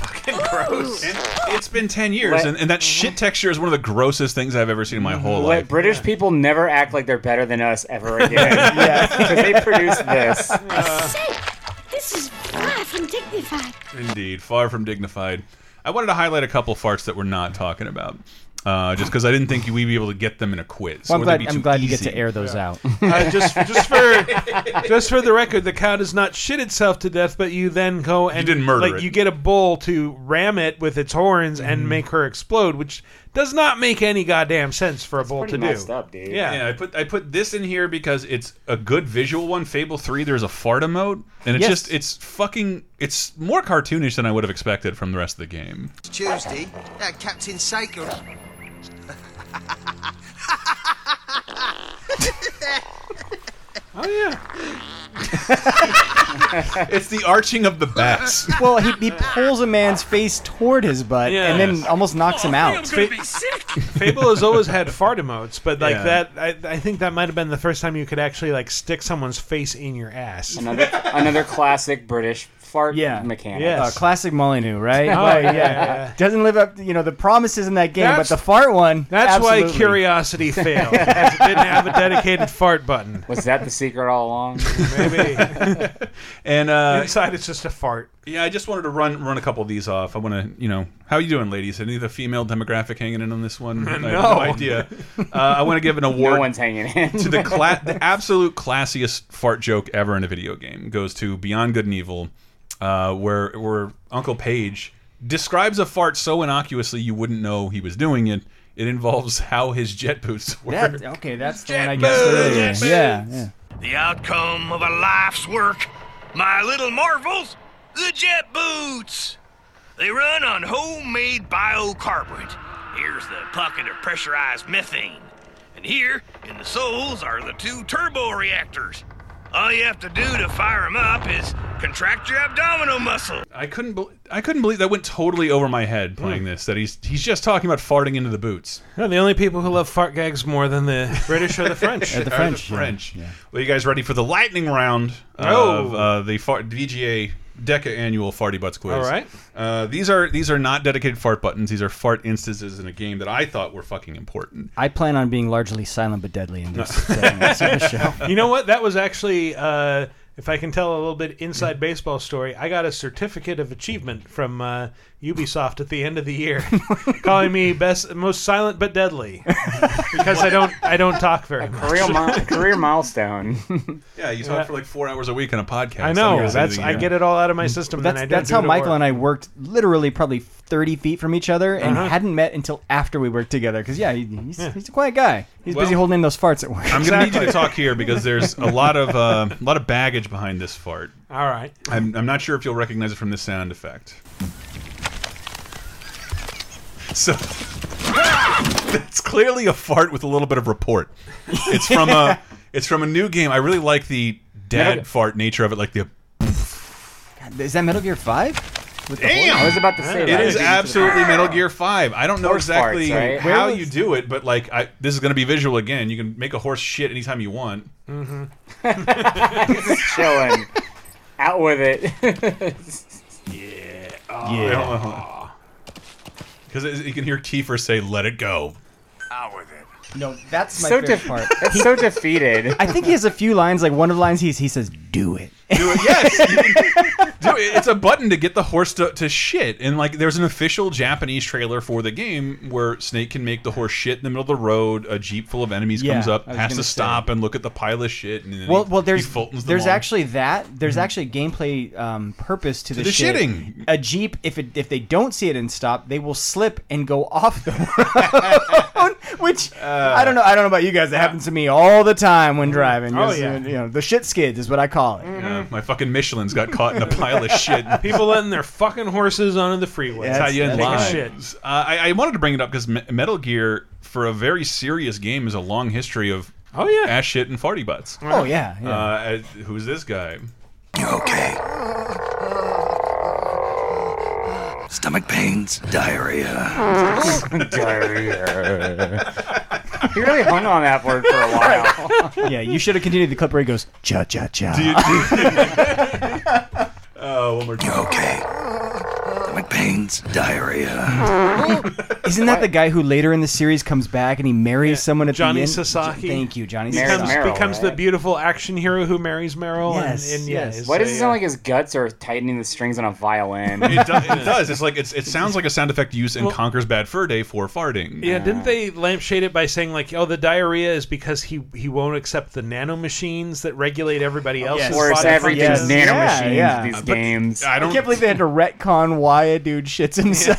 S1: Fucking gross. And it's been 10 years,
S3: Let-
S1: and, and that shit texture is one of the grossest things I've ever seen in my whole
S3: Let
S1: life.
S3: British people never act like they're better than us ever again. Because they produce this.
S10: I say, this is far from dignified.
S1: Indeed, far from dignified. I wanted to highlight a couple farts that we're not talking about, uh, just because I didn't think we'd be able to get them in a quiz.
S4: Well, I'm
S1: or they'd
S4: glad-
S1: be
S4: I'm
S1: too
S4: glad you get
S1: easy.
S4: to air those Yeah. out.
S2: Uh, just, just for, just for the record, the cow does not shit itself to death, but you then go and
S1: didn't murder
S2: like
S1: it. Mm.
S2: you get a bull to ram it with its horns and make her explode, which does not make any goddamn sense for a bull to
S1: pretty
S2: do.
S1: messed up,
S3: dude.
S2: Yeah.
S1: I put I put this in here because it's a good visual one. Fable three, there's a fart emote, and it's
S13: Yes.
S1: just it's fucking it's more cartoonish than I would have expected from the rest of the game.
S13: It's Tuesday. Yeah, Captain Psycho.
S2: oh yeah.
S1: it's the arching of the bats.
S4: well, he, he pulls a man's face toward his butt and then almost knocks him out.
S2: Fable has always had fart emotes, but like
S4: Yeah.
S2: that, I, I think that might have been the first time you could actually like stick someone's face in your ass.
S3: Another, another classic British fart mechanic.
S4: Uh, classic Molyneux, right?
S2: Oh,
S4: Like,
S2: yeah, yeah.
S4: Doesn't live up, you know, the promises in that game,
S2: That's-
S4: but the fart one.
S2: That's why
S4: absolutely.
S2: curiosity failed. because it didn't have a dedicated fart button.
S3: Was that the secret all along?
S2: Maybe.
S1: And uh,
S2: Inside, it's just a fart.
S1: Yeah, I just wanted to run run a couple of these off. I want to, you know, how you doing, ladies? Any of the female demographic hanging in on this one? I have
S2: No.
S1: no idea. Uh, I want to give an award.
S3: No one's hanging in.
S1: to the, cla the absolute classiest fart joke ever in a video game goes to Beyond Good and Evil, uh, where where Uncle Page describes a fart so innocuously you wouldn't know he was doing it. It involves how his jet boots work.
S4: That, okay, that's the one I guessed earlier. Yeah, yeah.
S14: The outcome of a life's work. My little marvels, the jet boots. They run on homemade biocarburant. Here's the pocket of pressurized methane. And here, in the soles, are the two turbo reactors. All you have to do to fire them up is contract your abdominal muscle.
S1: I couldn't bel I couldn't believe that went totally over my head playing this. That he's he's just talking about farting into the boots.
S2: They're the only people who love fart gags more than the British or the French.
S1: Or French. Well, you guys ready for the lightning round of
S2: Oh.
S1: uh, the fart, VGA Deca Annual Farty Butts Quiz?
S2: All right.
S1: Uh, these are these are not dedicated fart buttons. These are fart instances in a game that I thought were fucking important.
S4: I plan on being largely silent but deadly in this segment of the show.
S2: you know what? That was actually, uh, if I can tell a little bit inside baseball story, I got a certificate of achievement from uh, Ubisoft at the end of the year, calling me best, most silent but deadly, because I don't, I don't talk very much.
S3: Career, mi- career milestone.
S1: Yeah, you talk for like four hours a week on a podcast.
S2: I know.
S1: That means
S2: That's
S1: anything,
S2: I
S1: yeah.
S2: get it all out of my system.
S4: Mm. That's,
S2: then I don't
S4: that's
S2: do
S4: how
S2: it at
S4: Michael
S2: work.
S4: and I worked literally probably 30 feet from each other and
S2: Uh-huh.
S4: hadn't met until after we worked together. Because, yeah, he, he's, he's a quiet guy. He's
S1: Well,
S4: busy holding in those farts at work.
S1: I'm going to need you to talk here because there's a lot of uh, a lot of baggage behind this fart.
S2: All right.
S1: I'm, I'm not sure if you'll recognize it from this sound effect. So that's clearly a fart with a little bit of report. It's from a it's from a new game. I really like the dad
S4: Metal-
S1: fart nature of it, like the
S4: Is that Metal Gear 5? With the
S1: Damn!
S4: horn?
S1: It is absolutely Metal Gear Five. I don't know
S4: Horse
S1: exactly
S4: farts, right?
S1: how
S4: Where was-
S1: you do it, but like I, this is going to be visual again. You can make a horse shit anytime you want.
S2: Mm-hmm.
S3: Chilling. Out with it.
S1: Yeah.
S3: Yeah.
S1: Because you can hear Kiefer say, "Let it go."
S14: Out with it.
S4: No, that's my
S3: So
S4: favorite
S3: def-
S4: part.
S3: that's so defeated.
S4: I think he has a few lines. Like one of the lines he's, he says, "Do it."
S1: Dude, it's a button to get the horse to, to shit. And like, there's an official Japanese trailer for the game where Snake can make the horse shit in the middle of the road. A jeep full of enemies
S4: Yeah,
S1: comes up,
S4: I was
S1: has to
S4: gonna say.
S1: stop and look at the pile of shit. And then
S4: Well,
S1: he-
S4: well, there's Mm-hmm.
S1: he Fultons them
S4: there's
S1: all.
S4: actually that. There's
S1: Mhm.
S4: actually gameplay um, purpose
S1: To
S4: to the,
S1: the
S4: shit.
S1: shitting.
S4: A jeep, if it if they don't see it and stop, they will slip and go off the road. Which I don't know. I don't know about you guys. That happens to me all the time when driving.
S2: Oh,
S4: Yes,
S2: yeah.
S4: you know the shit skids is what I call it.
S1: Yeah, my fucking Michelin's got caught in a pile of shit.
S2: People letting their fucking horses onto the freeway.
S1: That's, how you end
S2: Take a
S1: lives.
S2: shit.
S1: Uh, I, I wanted to bring it up because Me Metal Gear, for a very serious game, is a long history of
S2: oh yeah
S1: ass shit and farty butts.
S4: Oh, yeah, yeah.
S1: Uh, I- who's this guy?
S14: Stomach pains, diarrhea.
S3: You really hung on that word for a while.
S4: yeah, you should have continued the clip where he goes cha cha cha.
S1: Oh, one more time.
S14: Okay. Stomach pains, diarrhea.
S4: Isn't that the guy who later in the series comes back and he marries someone at
S2: Johnny
S4: the end?
S2: Sasaki.
S4: Thank you, Johnny
S2: becomes,
S4: Sasaki.
S2: becomes the beautiful action hero who marries Meryl.
S4: Yes,
S2: and, and yeah,
S4: yes.
S2: is
S3: Why does
S2: a,
S3: it
S2: uh,
S3: sound like his guts are tightening the strings on a violin?
S1: It, do, it does. It's like it's, it sounds like a sound effect used in Conker's Bad Fur Day for farting.
S2: Yeah, didn't they lampshade it by saying like, "Oh, the diarrhea is because he he won't accept the nanomachines that regulate everybody else's
S3: Of course,
S2: body
S3: everything's
S2: functions."
S3: nanomachines
S4: yeah.
S3: these
S4: But
S3: games.
S4: I, can't believe they had to retcon why a dude shits himself.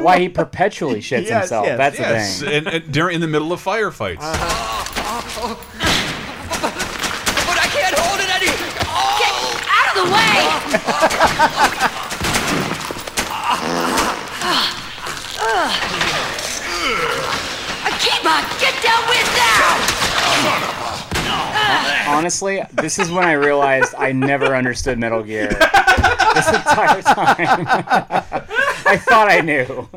S3: why he perpetually shits
S4: Yes,
S3: himself.
S4: yes,
S3: That's
S1: Yes,
S3: the thing.
S1: and, and during in the middle of firefights.
S14: But I can't hold it any.
S9: Out of the way! Akiba, get down with that!
S3: Honestly, this is when I realized I never understood Metal Gear. This entire time, I thought I knew.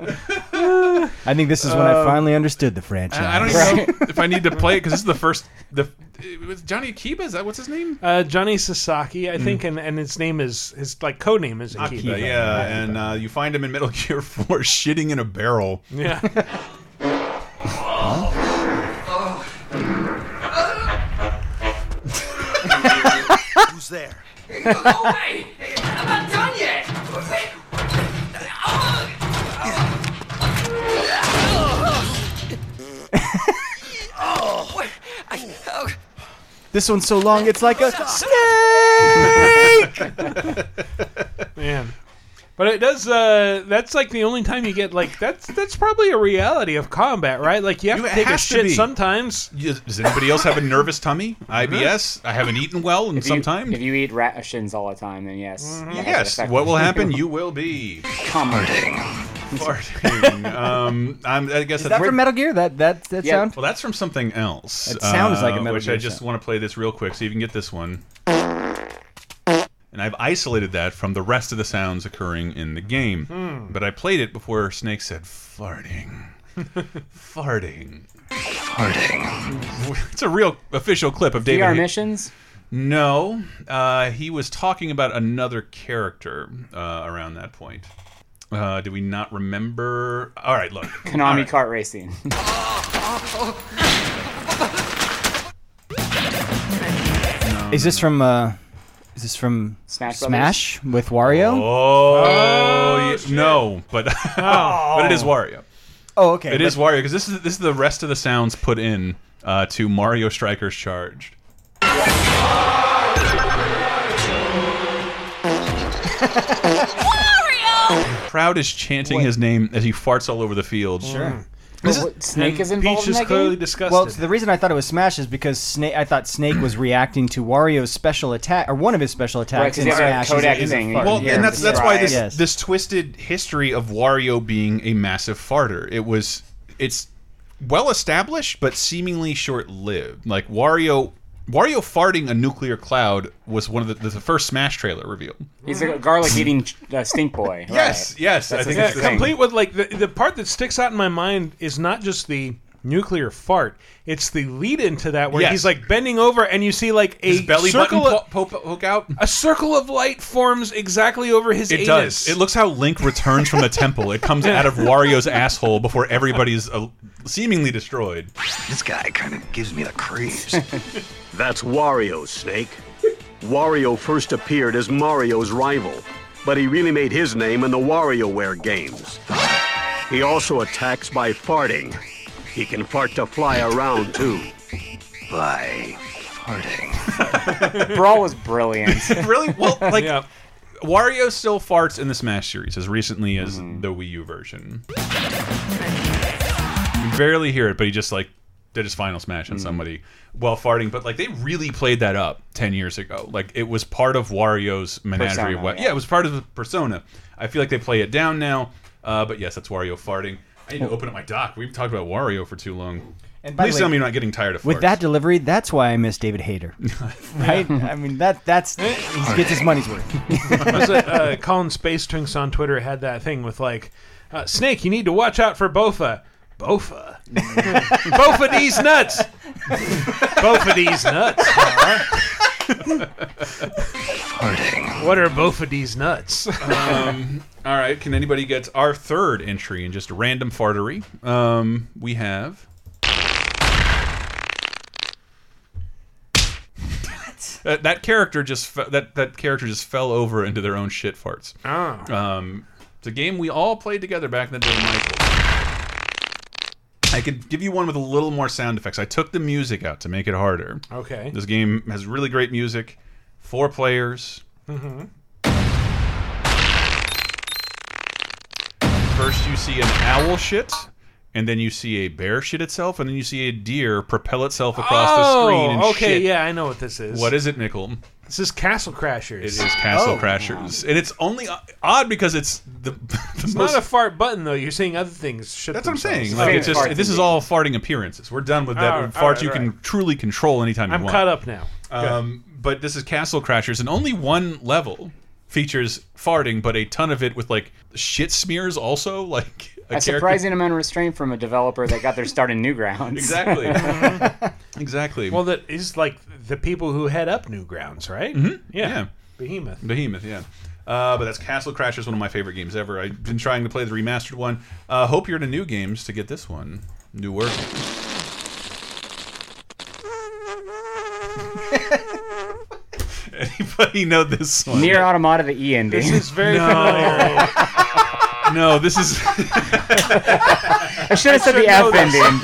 S4: I think this is when I
S3: Um,
S4: finally understood the franchise.
S1: I I don't even know if I need to play it because this is the first. The it was Johnny Akiba. Is that what's his name?
S2: Uh, Johnny Sasaki, I think, and, and his name is his like code name is Mm. Akiba.
S1: Akiba, yeah, and uh, you find him in Metal Gear Four shitting in a barrel.
S2: yeah.
S13: Who's there?
S9: away! I'm not done yet!
S14: Oh, wait, I, oh,
S4: This one's so long, it's like a snake.
S2: Man. But it does. Uh, that's like the only time you get like that's that's probably a reality of combat, right? Like you have to take a shit sometimes.
S1: Does anybody else have a nervous tummy? IBS. I haven't eaten well in
S3: If you-
S1: some time.
S3: If you eat rations all the time, then yes.
S1: Mhm. Yes. What will happen? You will be
S3: commenting.
S1: Farting. um, I'm, I guess
S4: Is that
S1: that's
S4: from Metal Gear? That that that sound?
S1: Well, that's from something else. uh,
S4: That sounds like a Metal
S1: Which I
S4: Gear
S1: just
S4: sound.
S1: want to play this real quick so you can get this one. And I've isolated that from the rest of the sounds occurring in the game.
S2: Hmm.
S1: But I played it before Snake said farting. farting. Farting. It's a real official clip of David.
S3: VR
S1: Hay-
S3: missions?
S1: No. Uh, he was talking about another character uh, around that point. Uh, do we not remember? All right, look.
S3: Konami kart racing.
S4: Is this from? Uh, is this from
S3: Smash
S4: Smash with Wario?
S1: Oh, yeah, no, but but it is Wario.
S4: Oh, okay.
S1: It is
S4: but-
S1: Wario because this is this is the rest of the sounds put in uh, to Mario Strikers Charged. Crowd is chanting his name as he farts all over the field.
S4: Sure.
S3: Snake is
S2: involved Peach in is that game? clearly disgusted.
S4: Well, the reason I thought it was Smash is because Snake. I thought Snake was reacting to Wario's special attack or one of his special attacks in Smash. is in the fart.
S1: Well, and that's that's why this
S4: Yes.
S1: this twisted history of Wario being a massive farter. It was it's well established, but seemingly short lived. Like Wario. Wario farting a nuclear cloud was one of the, the first Smash trailer reveal.
S3: He's a garlic eating uh, stink boy.
S1: Yes,
S3: right.
S1: yes, I
S3: That's
S1: think
S3: his
S1: it's the
S3: thing.
S2: complete with like the, the part that sticks out in my mind is not just the nuclear fart it's the lead into that where
S1: Yes.
S2: he's like bending over and you see like a
S1: His belly
S2: circle
S1: button
S2: of, a circle of light forms exactly over his
S1: It
S2: anus
S1: does. It looks how Link returns from the temple. It comes out of Wario's asshole before everybody's uh, seemingly destroyed. This guy kind of gives me the creeps.
S15: That's Wario, Snake. Wario first appeared as Mario's rival, but he really made his name in the WarioWare games. He also attacks by farting. He can fart to fly around, too. By farting.
S3: Brawl was brilliant.
S1: really? Well, like Wario still farts in the Smash series as recently as the Wii U version. You barely hear it, but he just like did his final smash on somebody while farting. But like they really played that up ten years ago. Like it was part of Wario's menagerie.
S2: Persona,
S1: Wa-
S2: yeah.
S1: yeah. it was part of the persona. I feel like they play it down now. Uh, but yes, that's Wario farting. I need to open up my dock. We've talked about Wario for too long.
S4: And by the
S1: Please
S4: way-
S1: tell me you're not getting tired of farts.
S4: With that delivery, that's why I miss David Hayter. right? I mean, that that's he gets his money's worth.
S2: Was it, uh, Colin Space Trinks on Twitter had that thing with like, uh, Snake, you need to watch out for Bofa. Bofa. Bofa these nuts. Bofa these nuts. What are both of these nuts?
S1: um, all right. Can anybody get our third entry in just random fartery? Um, we have. Uh, that character just fe- that that character just fell over into their own shit farts.
S2: Oh.
S1: Um, it's a game we all played together back in the day, Michael. I could give you one with a little more sound effects. I took the music out to make it harder.
S2: Okay.
S1: This game has really great music. Four players. Mm-hmm.
S2: Mhm.
S1: First, you see an owl shit, and then you see a bear shit itself, and then you see a deer propel itself across the screen and
S2: Oh, okay,
S1: shit.
S2: yeah, I know what this is.
S1: What is it, Nickel?
S2: This is Castle Crashers.
S1: It is Castle Crashers, and it's only o- odd because it's the, the
S2: It's
S1: most.
S2: not a fart button though. You're seeing other things. Shit
S1: that's what I'm
S2: themselves.
S1: saying. Like it's just this is all Oh, farting appearances. We're done with that.
S2: All right,
S1: farts
S2: all right,
S1: you
S2: all
S1: can truly control anytime you
S2: I'm
S1: want.
S2: caught up now.
S1: Um, but this is Castle Crashers, and only one level features farting, but a ton of it with like shit smears also. Like a
S3: A surprising amount of restraint from a developer that got their start in Newgrounds.
S1: Exactly.
S3: Mm-hmm.
S1: exactly.
S2: Well, that is like the people who head up Newgrounds, right?
S1: Mhm.
S2: Yeah.
S1: Yeah.
S2: Behemoth.
S1: Behemoth, yeah. Uh, but that's Castle Crashers, one of my favorite games ever. I've been trying to play the remastered one. Uh, hope you're into new games to get this one. New work. Anybody know this one?
S3: Near Automata, the E ending.
S2: This is very
S1: No.
S2: familiar.
S1: No, this is.
S3: I should have said the F ending,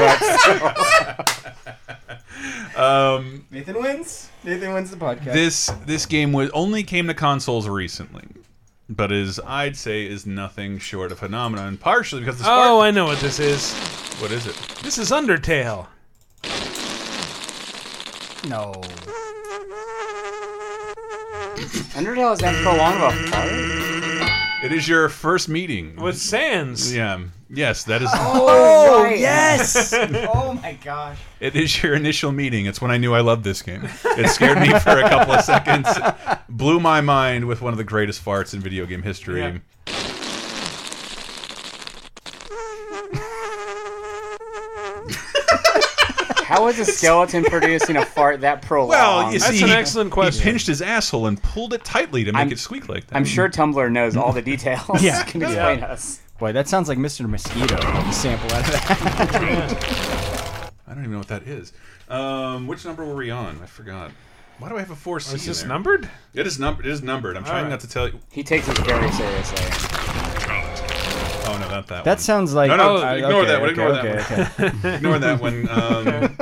S3: but
S1: um,
S4: Nathan wins. Nathan wins the podcast.
S1: This this game was only came to consoles recently. but is I'd say is nothing short of phenomenon. Partially because the spark.
S2: Oh, I know what this is.
S1: What is it?
S2: This is Undertale.
S4: No.
S3: Undertale is that prolonged of a fart?
S1: It is your first meeting
S2: with Sans.
S1: Yeah. um, Yes, that is.
S4: Oh, yes! oh my gosh.
S1: It is your initial meeting. It's when I knew I loved this game. It scared me for a couple of seconds. Blew my mind with one of the greatest farts in video game history.
S2: Yeah.
S3: How is a skeleton producing a fart that prolonged?
S1: Well, you see,
S3: an
S1: he-
S3: excellent
S1: He pinched his asshole and pulled it tightly to make it squeak like that.
S3: I'm sure Tumblr knows all the details.
S4: Yeah.
S3: can
S4: Yeah.
S3: explain us.
S4: Boy, that sounds like Mr. Mosquito. A sample out of that.
S1: I don't even know what that is. Um, which number were we on? I forgot. Why do I have a four C?
S2: Oh, Is this
S1: there?
S2: numbered?
S1: It is numbered. It is numbered. I'm
S2: All
S1: trying
S2: right.
S1: not to tell you.
S3: He takes it very seriously.
S1: Oh no, not that.
S4: That
S1: one.
S4: sounds like-
S1: No, no.
S4: Oh,
S1: ignore
S4: okay,
S1: that one.
S4: okay,
S1: Ignore that
S4: okay,
S1: one.
S4: okay.
S1: ignore that one. Um,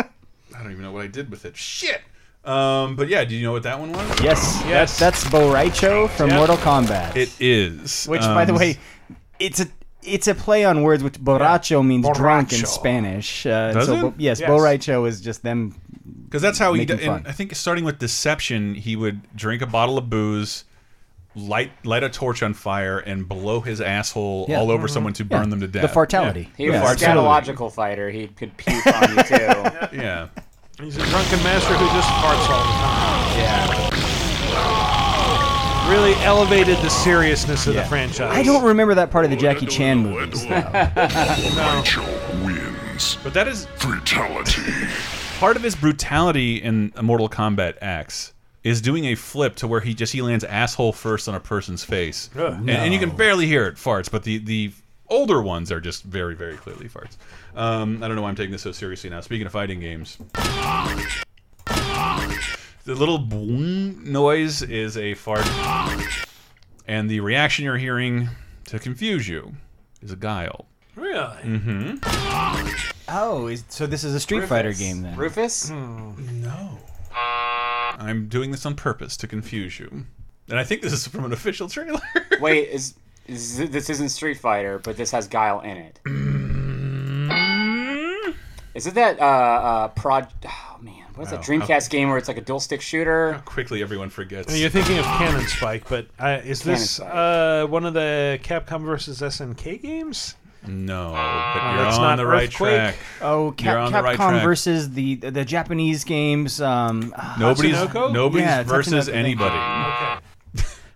S1: I don't even know what I did with it. Shit. Um, but yeah, do you know what that one was?
S4: Yes, yes. That, that's Boraicho from
S1: Yeah.
S4: Mortal Kombat.
S1: It is.
S4: Which, by the
S1: Um,
S4: way, it's a it's a play on words, which borracho means drunk in
S1: Borracho.
S4: Spanish. Uh,
S1: Does
S4: so,
S1: it?
S4: bo- yes,
S1: Yes.
S4: borracho is just them.
S1: Because that's how he. d-
S4: making fun.
S1: And I think starting with deception, he would drink a bottle of booze, light light a torch on fire, and blow his asshole
S4: Yeah.
S1: all over
S4: Mhm.
S1: someone to
S4: Yeah.
S1: burn them to
S4: The
S1: death.
S4: fartality.
S1: Yeah.
S3: Mm-hmm. He
S1: The
S3: was a
S1: fartality.
S3: scatological fighter. He could puke on you too.
S1: Yeah.
S2: He's a drunken master who just farts all the time. Yeah. Really elevated the seriousness of
S4: Yeah.
S2: the franchise.
S4: I don't remember that part of the Jackie Chan movies.
S1: wins. But that is brutality. Part of his brutality in Mortal Kombat X is doing a flip to where he just he lands asshole first on a person's face,
S2: Ugh.
S1: and, and you can barely hear it farts. But the the older ones are just very very clearly farts. Um, I don't know why I'm taking this so seriously now. Speaking of fighting games. The little boing noise is a fart, and the reaction you're hearing to confuse you is a guile.
S2: Really?
S1: Mm-hmm.
S4: Oh, is, so this is a Street Fighter game then?
S3: Rufus?
S1: Hmm. No. I'm doing this on purpose to confuse you. And I think this is from an official trailer.
S3: Wait, is, is this isn't Street Fighter, but this has Guile in it? Is it that uh, uh, prod? Oh man, what's that
S1: Oh,
S3: Dreamcast game where it's like a dual stick shooter?
S1: Quickly, everyone forgets.
S2: You're thinking of Cannon Spike, but uh, is
S3: Cannon
S2: this
S3: Spike.
S2: uh, one of the Capcom versus SNK games?
S1: No,
S2: Oh,
S1: but you're
S2: that's
S1: on
S2: not
S1: the right
S2: Earthquake.
S1: track.
S4: Oh,
S1: you're
S4: Cap-
S1: on
S4: Capcom
S1: the right track.
S4: versus the the Japanese games. Um, ah,
S1: Nobody's
S4: Tatsunoko?
S1: nobody's
S4: Yeah,
S1: versus
S4: Tatsunoko.
S1: anybody.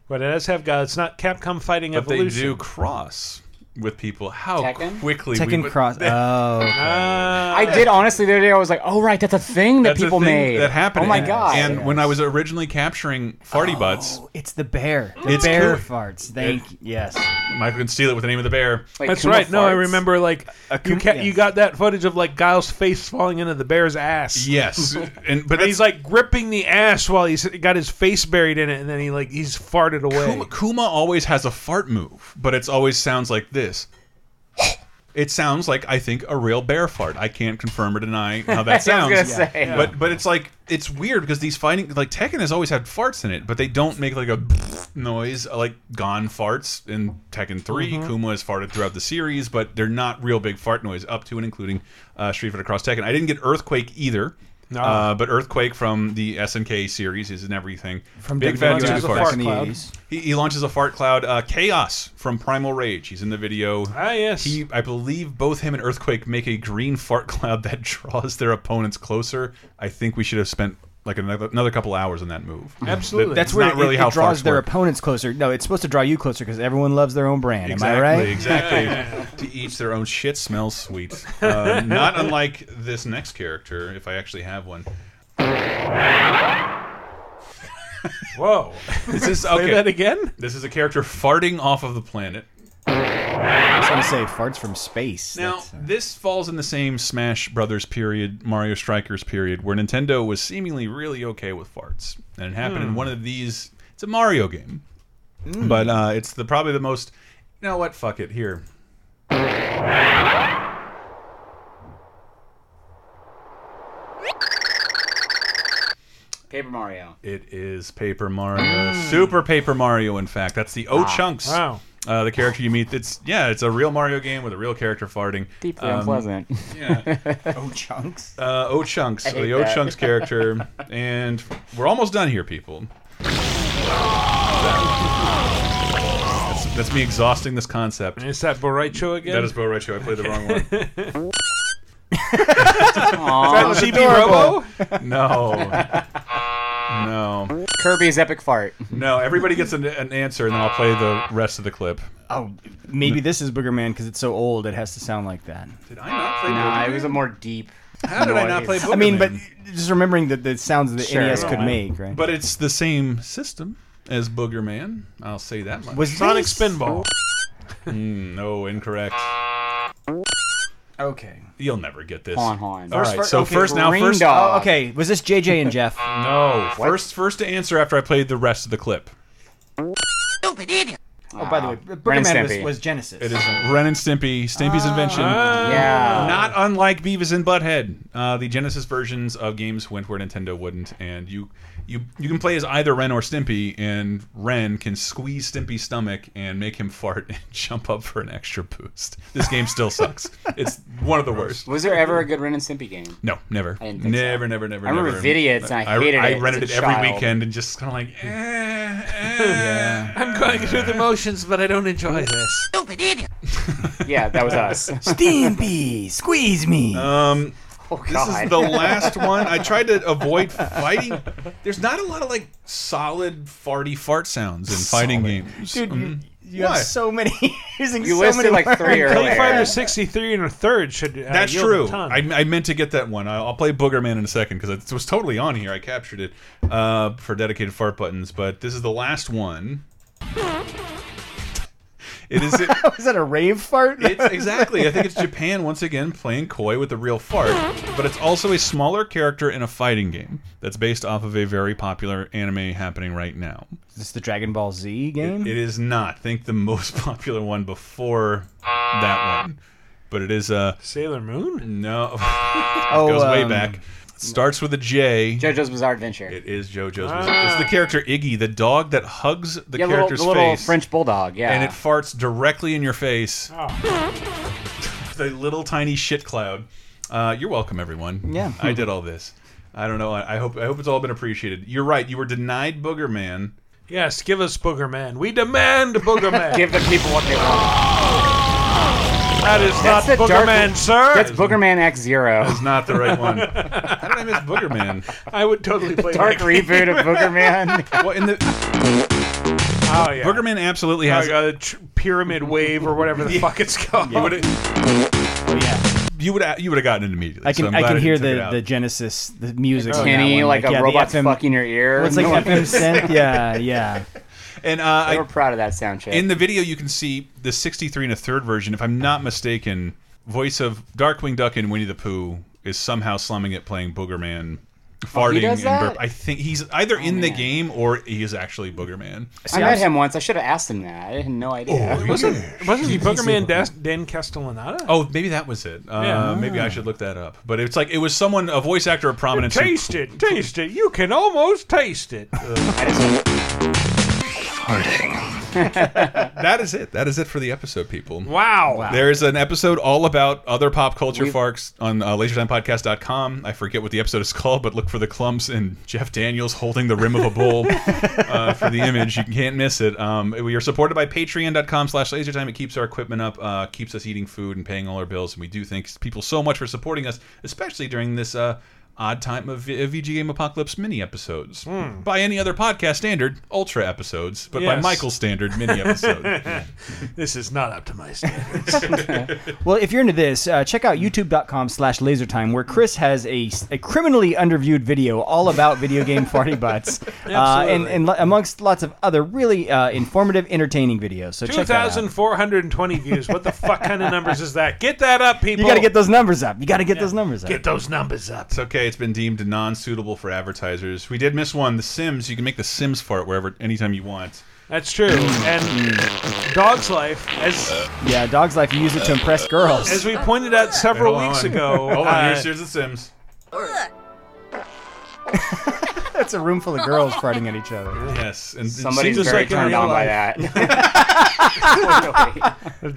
S2: But it does have God. It's not Capcom Fighting
S1: But they
S2: Evolution.
S1: do cross with people. How
S3: Tekken?
S1: quickly
S4: Tekken
S1: we
S4: Cross. Oh, okay.
S3: I did honestly the other day. I was like, oh right, that's a thing that
S1: Uh, That's a
S3: people
S1: thing
S3: made.
S1: that happened.
S3: Oh my
S1: And-
S3: god.
S1: And when I was originally capturing
S2: Oh.
S1: Farty Butts,
S4: it's the bear. The
S1: It's
S4: bear
S1: cool.
S4: farts. Thank yes.
S1: Michael can steal it with the name of the bear.
S2: That's right. No, I remember like you,
S4: Kuma-
S2: ca-
S4: yeah.
S2: you got that footage of like Giles' face falling into the bear's ass.
S1: Yes, and but
S2: And he's like gripping the ass while he's got his face buried in it, and then he like he's farted away.
S1: Kuma, Kuma always has a fart move, but it's always sounds like this. It sounds like I think a real bear fart. I can't confirm or deny how
S3: I
S1: that
S3: was
S1: sounds.
S3: gonna say. Yeah.
S1: But but it's like it's weird because these fighting like Tekken has always had farts in it, but they don't make like a noise like Gone farts in Tekken 3.
S3: Mm-hmm.
S2: Mhm.
S1: Kuma has farted throughout the series, but they're not real big fart noise up to and including uh, Street Fighter Cross Tekken. I didn't get Earthquake either.
S2: No.
S1: Uh, but Earthquake from the SNK series is in everything.
S4: From
S1: Big
S4: WWF
S1: Fat Dude
S4: back
S1: farts.
S4: in the 80s.
S1: He, he launches a fart cloud. Uh, Chaos from Primal Rage. He's in the video.
S2: Ah, yes.
S1: He, I believe both him and Earthquake make a green fart cloud that draws their opponents closer. I think we should have spent like another, another couple hours on that move. That-
S4: That's
S1: That's
S4: where
S1: not really
S4: it,
S1: how
S4: it draws
S1: farts
S4: their
S1: work.
S4: opponents closer. No, it's supposed to draw you closer because everyone loves their own brand.
S1: Exactly,
S4: am I right?
S1: exactly. to each their own shit smells sweet. Uh, not unlike this next character, if I actually have one.
S2: Whoa!
S1: This is okay.
S2: Say that again?
S1: This is a character farting off of the planet.
S4: I was gonna say farts from space.
S1: Now,
S4: That's-
S1: this falls in the same Smash Brothers period, Mario Strikers period, where Nintendo was seemingly really okay with farts, and it happened in
S2: Hmm.
S1: one of these. It's a Mario game,
S2: Mm.
S1: but uh, it's the probably the most. You know what? Fuck it. Here.
S3: Paper Mario.
S1: It is Paper Mario, Super Paper Mario. In fact, that's the O
S3: Ah.
S1: Chunks.
S3: Wow.
S1: Uh, the character you meet. It's yeah, it's a real Mario game with a real character farting.
S3: Deeply
S1: Um,
S3: unpleasant.
S1: Yeah.
S4: oh chunks.
S1: Uh, O Chunks,
S3: I hate
S1: the O
S3: that.
S1: Chunks character, and we're almost done here, people. That's, that's me exhausting this concept.
S2: Is that Boraicho again?
S1: That is Bo Right Show. I played the wrong one.
S3: Aw.
S2: Is that GB Robo?
S1: No. No.
S3: Kirby's epic fart.
S1: No, everybody gets an, an answer, and then I'll play the rest of the clip.
S4: Oh, maybe this is Booger Man because it's so old. It has to sound like that.
S1: Did I not
S3: play Nah, Booger it was a Man? more deep.
S1: How did I not play Booger
S4: I mean,
S1: Man?
S4: but just remembering the, the sounds that
S1: Sure.
S4: NES could
S1: No, I-
S4: make, right?
S1: But it's the same system as Booger Man. I'll say that much.
S4: Was Sonic this-
S1: Spinball? no, incorrect.
S4: Okay.
S1: You'll never get this.
S4: Hold on, hold on.
S1: All
S4: First
S1: right,
S4: fir-
S1: so
S4: okay,
S1: first now,
S4: Green
S1: first.
S4: Dog. Oh, okay, was this JJ and Jeff? Oh,
S1: no, first, first to answer after I played the rest of the clip.
S9: Stupid idiot.
S4: Oh, by the way, Booger
S1: Ren and
S4: Man was,
S1: Stimpy.
S4: was Genesis.
S1: It is Ren and Stimpy, Stimpy's invention.
S2: Ah.
S4: Yeah.
S1: Not unlike Beavis and Butthead. Uh, the Genesis versions of games went where Nintendo wouldn't, and you you you can play as either Ren or Stimpy, and Ren can squeeze Stimpy's stomach and make him fart and jump up for an extra boost. This game still sucks. it's one of the worst.
S3: Was there ever a good Ren and Stimpy game?
S1: No, never.
S3: I didn't think so.
S1: Never, never, never,
S3: I remember
S1: never.
S3: Vidiots and I hated
S1: I,
S3: it as
S1: rented
S3: a
S1: it every
S3: child.
S1: weekend and just kind of like, eh, eh.
S2: I'm going through the motions, but I don't enjoy this.
S9: Stupid idiot.
S3: Yeah, that was us.
S4: Stimpy, squeeze me.
S1: Um, this is
S3: God.
S1: the last one. I tried to avoid fighting. There's not a lot of like solid farty fart sounds in fighting games.
S4: Dude,
S1: Um,
S4: You have
S1: why?
S4: so many. using
S3: You
S4: so
S3: listed
S4: many
S3: like three
S4: words.
S2: Play Fighter 63 and a third should. Uh,
S1: That's
S2: yield
S1: true.
S2: A ton.
S1: I, I meant to get that one. I- I'll play Booger Man in a second because it was totally on here. I captured it uh, for dedicated fart buttons, but this is the last one. It is it,
S4: Was that a rave fart?
S1: It's exactly. I think it's Japan once again playing coy with a real fart, but it's also a smaller character in a fighting game that's based off of a very popular anime happening right now.
S4: Is this the Dragon Ball Z game?
S1: It is not. Think the most popular one before
S3: Ah.
S1: that one, but it is uh,
S2: Sailor Moon?
S1: no.
S4: Oh,
S1: goes way
S4: um,
S1: back. Starts with a J.
S3: JoJo's Bizarre Adventure.
S1: It is JoJo's.
S3: Ah.
S1: Bizarre- It's the character Iggy, the dog that hugs the
S3: yeah, little,
S1: character's
S3: the little
S1: face,
S3: French Ah. bulldog. Yeah.
S1: and it farts directly in your face. the little tiny shit cloud. Uh, you're welcome, everyone.
S4: Yeah.
S1: I did all this. I don't know. I, I hope I hope it's all been appreciated. You're right. You were denied Booger Man.
S2: Yes, give us Booger Man. We demand Booger Man.
S3: Give the people what they want.
S2: That is
S3: That's
S2: not
S3: the
S2: Booger
S3: dark-
S2: Man, sir.
S3: That's Boogerman X Zero.
S1: That's not the right one. How did I miss Booger Man?
S2: I would totally play
S3: Dark
S2: that.
S3: reboot of Boogerman.
S1: Well, in the
S2: Oh yeah.
S1: Booger Man absolutely
S2: I
S1: has.
S2: got a tr- pyramid wave or whatever the fuck it's called.
S1: You would you would you would have gotten it immediately.
S4: I
S1: so
S4: can
S1: I'm
S4: I
S1: glad
S4: can
S1: didn't
S4: hear
S1: took it
S4: the,
S1: out.
S4: the Genesis the music.
S1: Oh,
S4: on that
S3: Kenny,
S4: one.
S3: like, a
S4: yeah, the
S3: robot
S4: FM
S3: fucking your ear.
S4: Well, it's like
S3: No one-
S4: FM synth. Yeah, yeah.
S1: and uh,
S3: They
S1: I,
S3: were proud of that sound check.
S1: In the video, you can see the 63 and a third version. If I'm not mistaken, voice of Darkwing Duck and Winnie the Pooh is somehow slumming it playing Booger Man,
S4: Oh,
S1: farting
S3: does
S1: and burp.
S3: that?
S1: I think he's either in the game or he is actually Booger Man.
S3: I met him once. I should have asked him that. I had no idea.
S2: Wasn't wasn't he Booger Man Das- Dan Castellanata?
S1: Oh, maybe that was it. Uh,
S2: Yeah.
S1: Maybe I should look that up. But it's like it was someone, a voice actor of prominence. who-
S2: Taste it, taste it. You can almost taste it. Uh,
S1: that is it. That is it for the episode, people.
S2: Wow.
S1: There's an episode all about other pop culture farts on uh, lasertimepodcast.com. I forget what the episode is called, but look for the clumps and Jeff Daniels holding the rim of a bowl uh, for the image. You can't miss it. Um, we are supported by patreon.com slash lasertime. It keeps our equipment up, uh, keeps us eating food and paying all our bills. And we do thank people so much for supporting us, especially during this uh, odd time of V- VG Game Apocalypse mini episodes. By any other podcast standard, ultra episodes, but by
S2: Yes.
S1: Michael's standard, mini episodes.
S2: this is not up to my standards.
S4: Well, if you're into this, uh, check out youtube.com slash lasertime, where Chris has a, a criminally underviewed video all about video game farty butts. Uh, and
S2: Absolutely.
S4: and lo- amongst lots of other really uh, informative, entertaining videos. So check that out.
S2: 2,420 views. What the fuck kind of numbers is that? Get that up, people.
S4: You got to get those numbers up. You got to get those numbers up.
S2: Get those numbers up.
S1: It's okay. It's been deemed non-suitable for advertisers. We did miss one. The Sims. You can make the Sims fart wherever, anytime you want.
S2: That's true. And Dog's Life, as
S4: yeah, Dog's Life, you use it to impress girls.
S2: as we pointed out several
S1: Hold
S2: weeks uh,
S1: on.
S2: ago,
S1: Hold on.
S2: uh,
S1: Here's, here's the Sims.
S4: That's a room full of girls farting at each other.
S1: Yes, and
S3: Somebody's very turned on by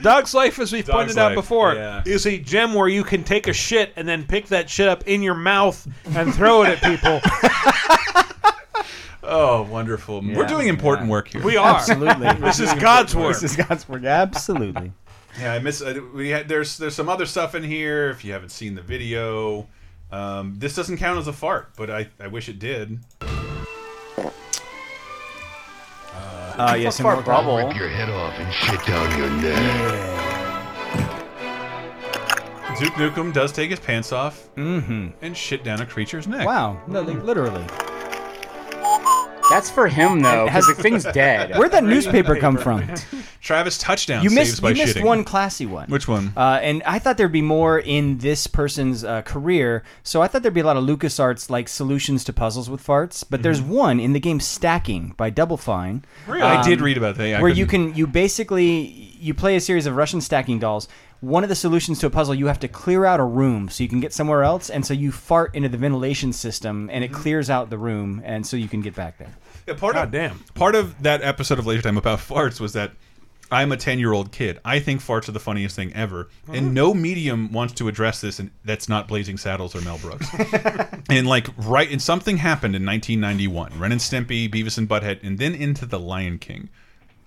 S2: Dog's Life, as we've
S1: Dog's
S2: pointed out
S1: Life,
S2: before,
S1: yeah.
S2: is a gem where you can take a shit and then pick that shit up in your mouth and throw it at people.
S1: Oh, wonderful. We're doing important work here.
S2: We are.
S4: Absolutely.
S2: This is God's work.
S4: This is God's work. Absolutely.
S1: Yeah, I miss. I, we had, there's there's some other stuff in here. If you haven't seen the video, um, this doesn't count as a fart, but I, I wish it did.
S4: Uh, yes,
S1: Fart
S4: and
S1: bubble.
S4: welcome.
S1: Rip your head off and
S4: shit down your neck.
S1: Duke Nukem does take his pants off
S4: mm-hmm.
S1: and shit down a creature's neck.
S4: Wow. No, they- literally.
S3: That's for him though, because the thing's dead.
S4: Where'd that newspaper come from?
S1: Travis touchdown
S4: You
S1: saves
S4: missed,
S1: by
S4: you missed
S1: shitting.
S4: one classy one.
S1: Which one?
S4: Uh, and I thought there'd be more in this person's uh, career, so I thought there'd be a lot of LucasArts like solutions to puzzles with farts. But there's one in the game Stacking by Double Fine.
S1: Mm-hmm.
S4: uh,
S1: Really? I did read about that. Yeah, I
S4: um, where you
S1: couldn't-
S4: can you basically you play a series of Russian stacking dolls. One of the solutions to a puzzle, you have to clear out a room so you can get somewhere else, and so you fart into the ventilation system, and
S1: Mm-hmm.
S4: it clears out the room, and so you can get back there.
S1: Yeah, part of, Part of that episode of Laser Time about farts was that I'm a 10 year old kid. I think farts are the funniest thing ever. And no medium wants to address this, and that's not Blazing Saddles or Mel Brooks. and like, right, and something happened in 1991 Ren and Stimpy, Beavis and Butthead, and then into The Lion King.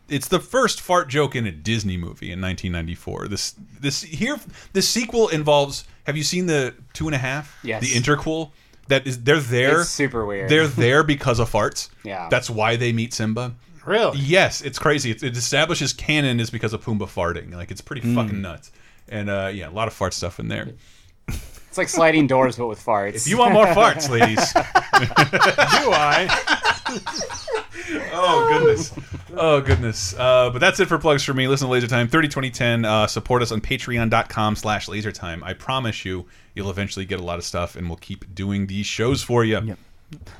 S1: It's the first fart joke in a Disney movie in 1994. This this here the sequel involves. Have you seen the two and a half?
S3: Yes.
S1: The interquel that is they're there.
S3: It's super weird.
S1: They're there because of farts.
S3: Yeah.
S1: That's why they meet Simba.
S2: Really?
S1: Yes, it's crazy. It, it establishes canon is because of Pumbaa farting. Like it's pretty
S3: Mm.
S1: fucking nuts. And uh, yeah, a lot of fart stuff in there.
S3: It's like sliding doors, but with farts.
S1: If you want more farts, ladies. Do
S2: I?
S1: Oh goodness. Oh goodness. Uh, but that's it for plugs for me. Listen to Laser Time 30 2010. Uh, support us on patreon.com slash lasertime. I promise you you'll eventually get a lot of stuff and we'll keep doing these shows for you.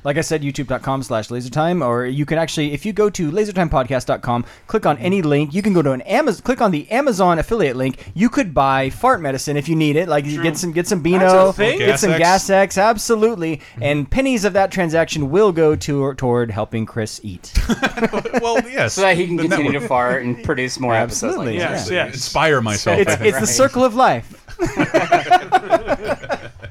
S4: like I said, youtube.com slash lasertime, or you can actually, if you go to lasertimepodcast.com, click on any link. You can go to an Amazon, click on the Amazon affiliate link. You could buy fart medicine if you need it. Like you get some, get some
S2: That's a
S4: Beano,
S2: thing.
S4: get some
S2: Gas
S4: Gas X, absolutely. And pennies of that transaction will go to, toward helping Chris eat.
S1: well, yes.
S3: So that he can
S4: The
S3: continue
S4: network.
S3: to fart and produce more episodes. Like
S4: Absolutely,
S3: this.
S4: yes, yes.
S1: Inspire myself.
S4: it's, it's the circle of life.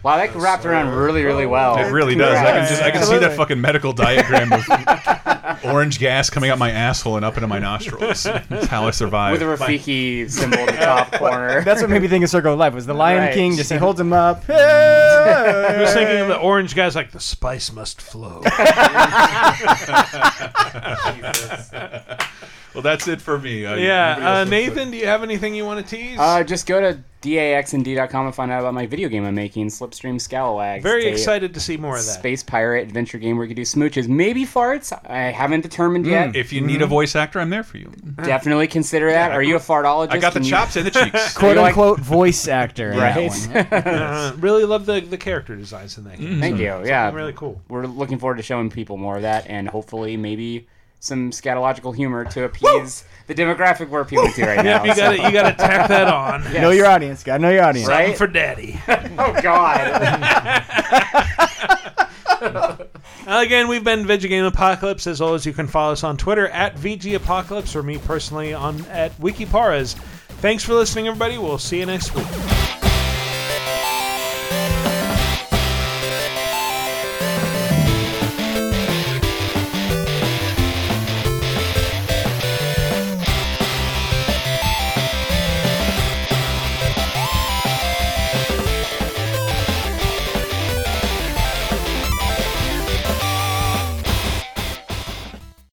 S3: Wow, that wrapped around really, really well.
S1: It really does. I can
S3: Congrats.
S1: just I can see that fucking medical diagram of orange gas coming out my asshole and up into my nostrils. That's how I survive.
S3: With a Rafiki symbol in the top corner.
S4: That's what made me think of circle of life was the Lion
S3: Right.
S4: King. Just he holds him up.
S2: I was thinking of the orange guys like the spice must flow.
S1: well, that's it for me. Uh, anybody
S2: yeah, uh,
S1: else looks
S2: Nathan, do you have anything you want to tease?
S3: Uh, just go to daxnd.com and find out about my video game I'm making, Slipstream Scalawags.
S2: Very
S3: It's a
S2: excited to see more of that.
S3: Space pirate adventure game where you can do smooches, maybe farts. I haven't determined yet.
S1: If you
S3: Mm-hmm.
S1: need a voice actor, I'm there for you.
S3: Definitely consider that. Are you a fartologist?
S1: I got the
S3: Can you-
S1: chops and the cheeks.
S4: Quote unquote voice actor. in that one.
S3: Right.
S2: Uh, really love the, the character designs in that game.
S3: Thank
S2: So-
S3: you.
S2: something
S3: Yeah,
S2: really cool.
S3: We're looking forward to showing people more of that, and hopefully, maybe some scatological humor to appease the demographic we're appealing to right
S2: Yep,
S3: now.
S2: you got
S3: so-
S2: to you got to tack that on.
S4: Know your audience, guy. Know your audience.
S2: Something
S3: Right?
S2: for daddy.
S3: oh
S2: God. Again, we've been Veggie Game Apocalypse. As always, you can follow us on Twitter at VG Apocalypse or me personally on at Wikiparas. Thanks for listening, everybody. We'll see you next week.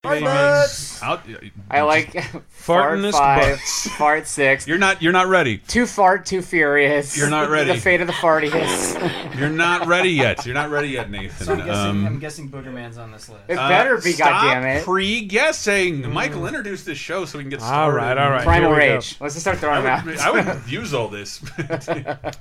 S1: Out-
S3: I like fart
S1: Fartinest
S3: five,
S1: butts.
S3: fart six.
S1: uh, You're not. You're not ready.
S3: Too fart, too furious.
S1: You're not ready.
S3: the fate of the fartiest.
S1: You're not ready yet. You're not ready yet, Nathan. Um, uh,
S4: guessing Boogerman's on this list.
S3: It better be,
S1: stop
S3: goddammit. Mm.
S1: Pre-guessing. Michael introduced this show so we can get
S2: All
S1: started.
S2: right, all right,
S3: Primal here we go. rage. Let's just start throwing
S1: I
S3: them
S1: would,
S3: out.
S1: I would use all this.